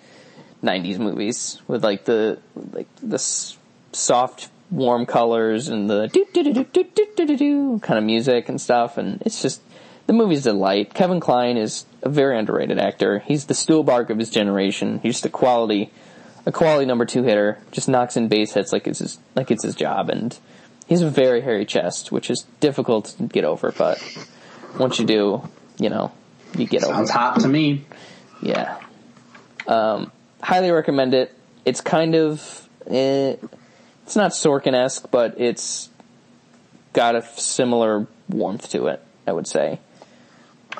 B: '90s movies with like the like the s- soft, warm colors and the do do do do do do do do do kind of music and stuff, and it's just the movie's a delight. Kevin Klein is a very underrated actor. He's the Stuhlbarg of his generation. He's the quality, a quality number two hitter. Just knocks in base hits like it's his like it's his job, and he's a very hairy chest, which is difficult to get over, but once you do, you know, you get over. it.
C: Sounds hot to me.
B: Yeah. Um, highly recommend it. It's kind of, eh, it's not Sorkin esque, but it's got a f- similar warmth to it, I would say.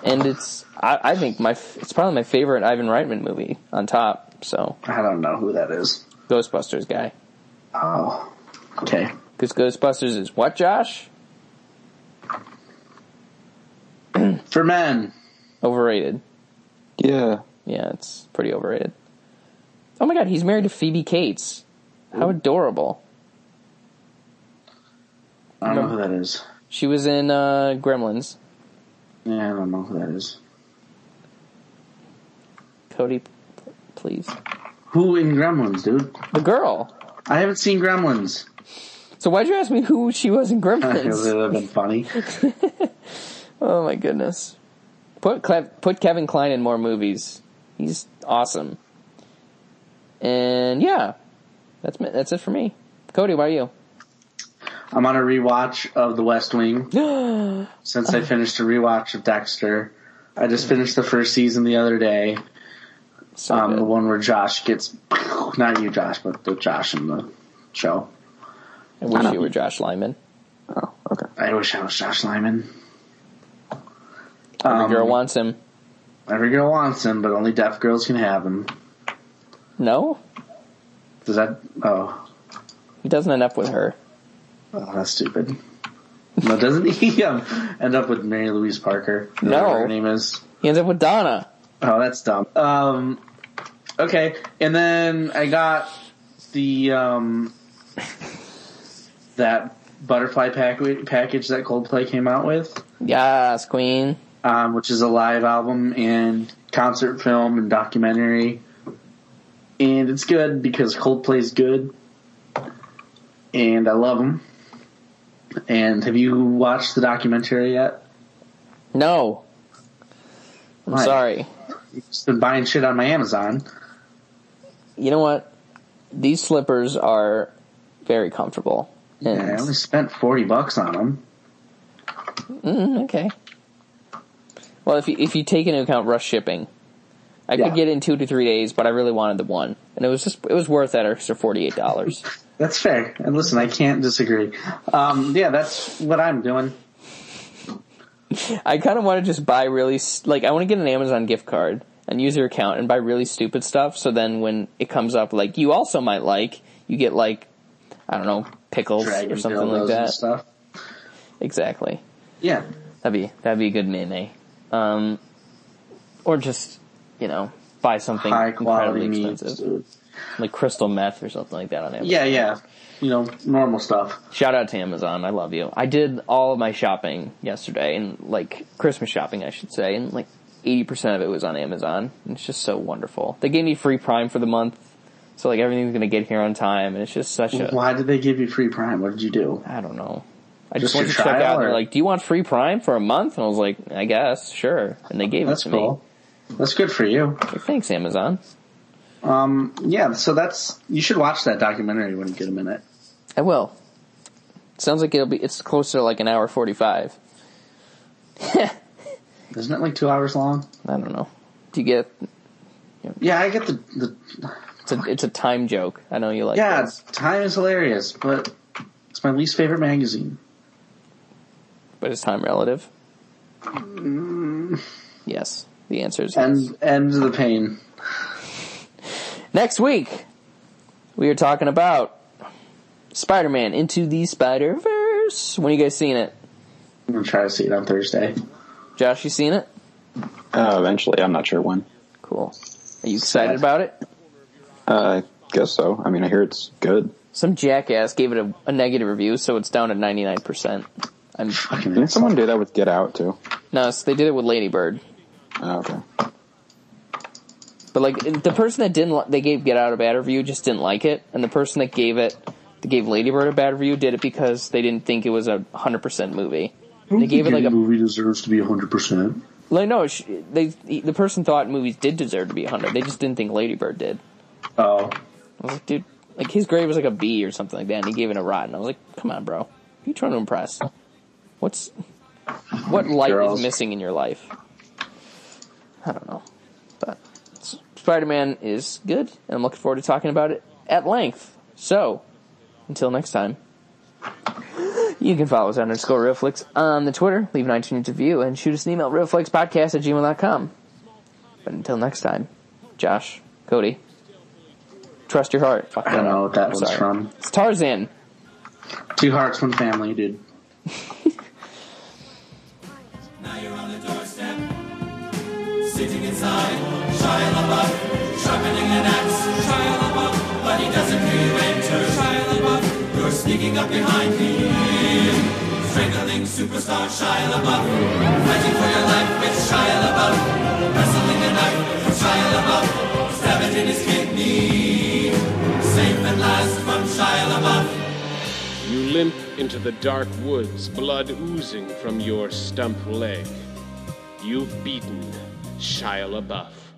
B: And it's, I, I think my, f- it's probably my favorite Ivan Reitman movie on top. So
C: I don't know who that is.
B: Ghostbusters guy,
C: Oh. Okay.
B: because Ghostbusters is what Josh
C: For men.
B: overrated.
D: Yeah.
B: Yeah, it's pretty overrated. Oh my god, he's married to Phoebe Cates. How adorable.
C: I don't know who that is.
B: She was in uh, Gremlins.
C: Yeah, I don't know who that is.
B: Cody, p- please.
C: Who in Gremlins, dude?
B: The girl.
C: I haven't seen Gremlins.
B: So why'd you ask me who she was in
C: it
B: Gremlins?
C: would have been funny.
B: oh my goodness. Put Clev- put Kevin Klein in more movies. He's awesome. And yeah, that's me- that's it for me. Cody, why are you?
C: I'm on a rewatch of The West Wing. Since I finished a rewatch of Dexter, I just finished the first season the other day.
B: So
C: um,
B: good.
C: the one where Josh gets not you, Josh, but the Josh in the show.
B: I wish you were Josh Lyman.
D: Oh, okay.
C: I wish I was Josh Lyman.
B: Every
C: Um,
B: girl wants him.
C: Every girl wants him, but only deaf girls can have him.
B: No,
C: Does that? Oh,
B: he doesn't end up with her.
C: oh that's stupid. No, doesn't he um, end up with Mary Louise Parker? or
B: No.
C: whatever her name is.
B: He ends up with Donna.
C: Oh, that's dumb. Um, okay, and then I got the um, that butterfly pack- package that Coldplay came out with,
B: Yes, Queen.
C: um, which is a live album and concert film and documentary, and it's good because Coldplay's good, and I love them. And have you watched the documentary yet?
B: No, I'm
C: Why?
B: sorry.
C: Just been buying shit on my Amazon.
B: You know what? These slippers are very comfortable. And-
C: And I only spent forty bucks on them.
B: Mm, okay. Well, if you, if you take into account rush shipping, I
C: Yeah.
B: could get it in two to three days, but I really wanted the one, and it was just it was worth that extra forty eight dollars.
C: That's fair. And listen, I can't disagree. Um, yeah, that's what I'm doing.
B: I kind of want to just buy really s- like I want to get an Amazon gift card and use your account and buy really stupid stuff. So then when it comes up, like you also might like, you get like I don't know pickles
C: Dragon
B: or something
C: dildos
B: like
C: and
B: that.
C: stuff.
B: Exactly.
C: Yeah,
B: That'd be that'd be a good meme. Um, or just you know buy something
C: high
B: incredibly
C: quality meat.
B: expensive, like crystal meth or something like that on Amazon.
C: Yeah, yeah. You know, normal stuff.
B: Shout out to Amazon. I love you. I did all of my shopping yesterday and like Christmas shopping, I should say, and like 80% of it was on Amazon. And it's just so wonderful. They gave me free Prime for the month. So like everything's going to get here on time and it's just such a
C: Why did they give you free prime? What did you do?
B: I don't know. I just
C: Just
B: went to
C: your
B: check
C: trial,
B: out and
C: or-
B: they're like, "Do you want free Prime for a month?" And I was like, "I guess, sure." And they gave
C: Oh, That's
B: it to
C: cool. That's good for you.
B: me. Like, Thanks, Amazon.
C: Um, yeah, so that's you should watch that documentary when you get a minute.
B: I will. Sounds like it'll be. It's closer to like an hour forty-five.
C: Isn't it like two hours long?
B: I don't know. Do you get?
C: Yeah, I get the, the
B: It's a, it's a time joke. I know you like.
C: yeah.
B: those.
C: Time is hilarious, but it's my least favorite magazine.
B: But is time relative? Yes. The answer is yes.
C: End end of the pain.
B: Next week, we are talking about Spider Man Into the Spider Verse. When you guys seen it?
C: I'm gonna try to see it on Thursday.
B: Josh, you seen it?
D: Uh, eventually, I'm not sure when.
B: Cool. Are you excited about it?
D: Uh, I guess so. I mean, I hear it's good.
B: Some jackass gave it a, a negative review, so it's down to 99%. I'm,
C: Fucking
D: Didn't someone do that with Get Out too?
B: no, so they did it with Ladybird.
D: Oh, okay.
B: But like the person that didn't, li- they gave Get Out a bad review just didn't like it, and the person that gave it, that gave Ladybird a bad review, did it because they didn't think it was a hundred percent movie. They gave it like a
C: movie deserves to be 100%.
B: like no, sh- they the person thought movies did deserve to be hundred. They just didn't think Ladybird did. I
C: Oh.
B: was like, dude, like his grade was like a B or something like that, and he gave it a rotten. I was like, come on, bro, you trying to impress? What's what light
C: Girls.
B: is missing in your life? I don't know, but S- Spider-Man is good, and I'm looking forward to talking about it at length. So, until next time. You can follow us at underscore RealFlix on the Twitter, leave an iTunes review, and shoot us an email, realflixpodcast at gmail.com. But until next time, Josh, Cody, trust your heart.
C: I don't know what that was from.
B: It's Tarzan.
C: Two Hearts, One Family, dude.
G: Now you're on the doorstep, sitting inside. Shia LaBeouf, sharpening an axe. Shia LaBeouf, but he doesn't hear you enter. Shia LaBeouf, you're sneaking up behind him, strangling superstar Shia LaBeouf, fighting for your life with Shia LaBeouf, wrestling a knife from Shia LaBeouf, stab it in his kidney, safe at last from Shia LaBeouf.
H: You limp into the dark woods, blood oozing from your stump leg. You've beaten Shia LaBeouf.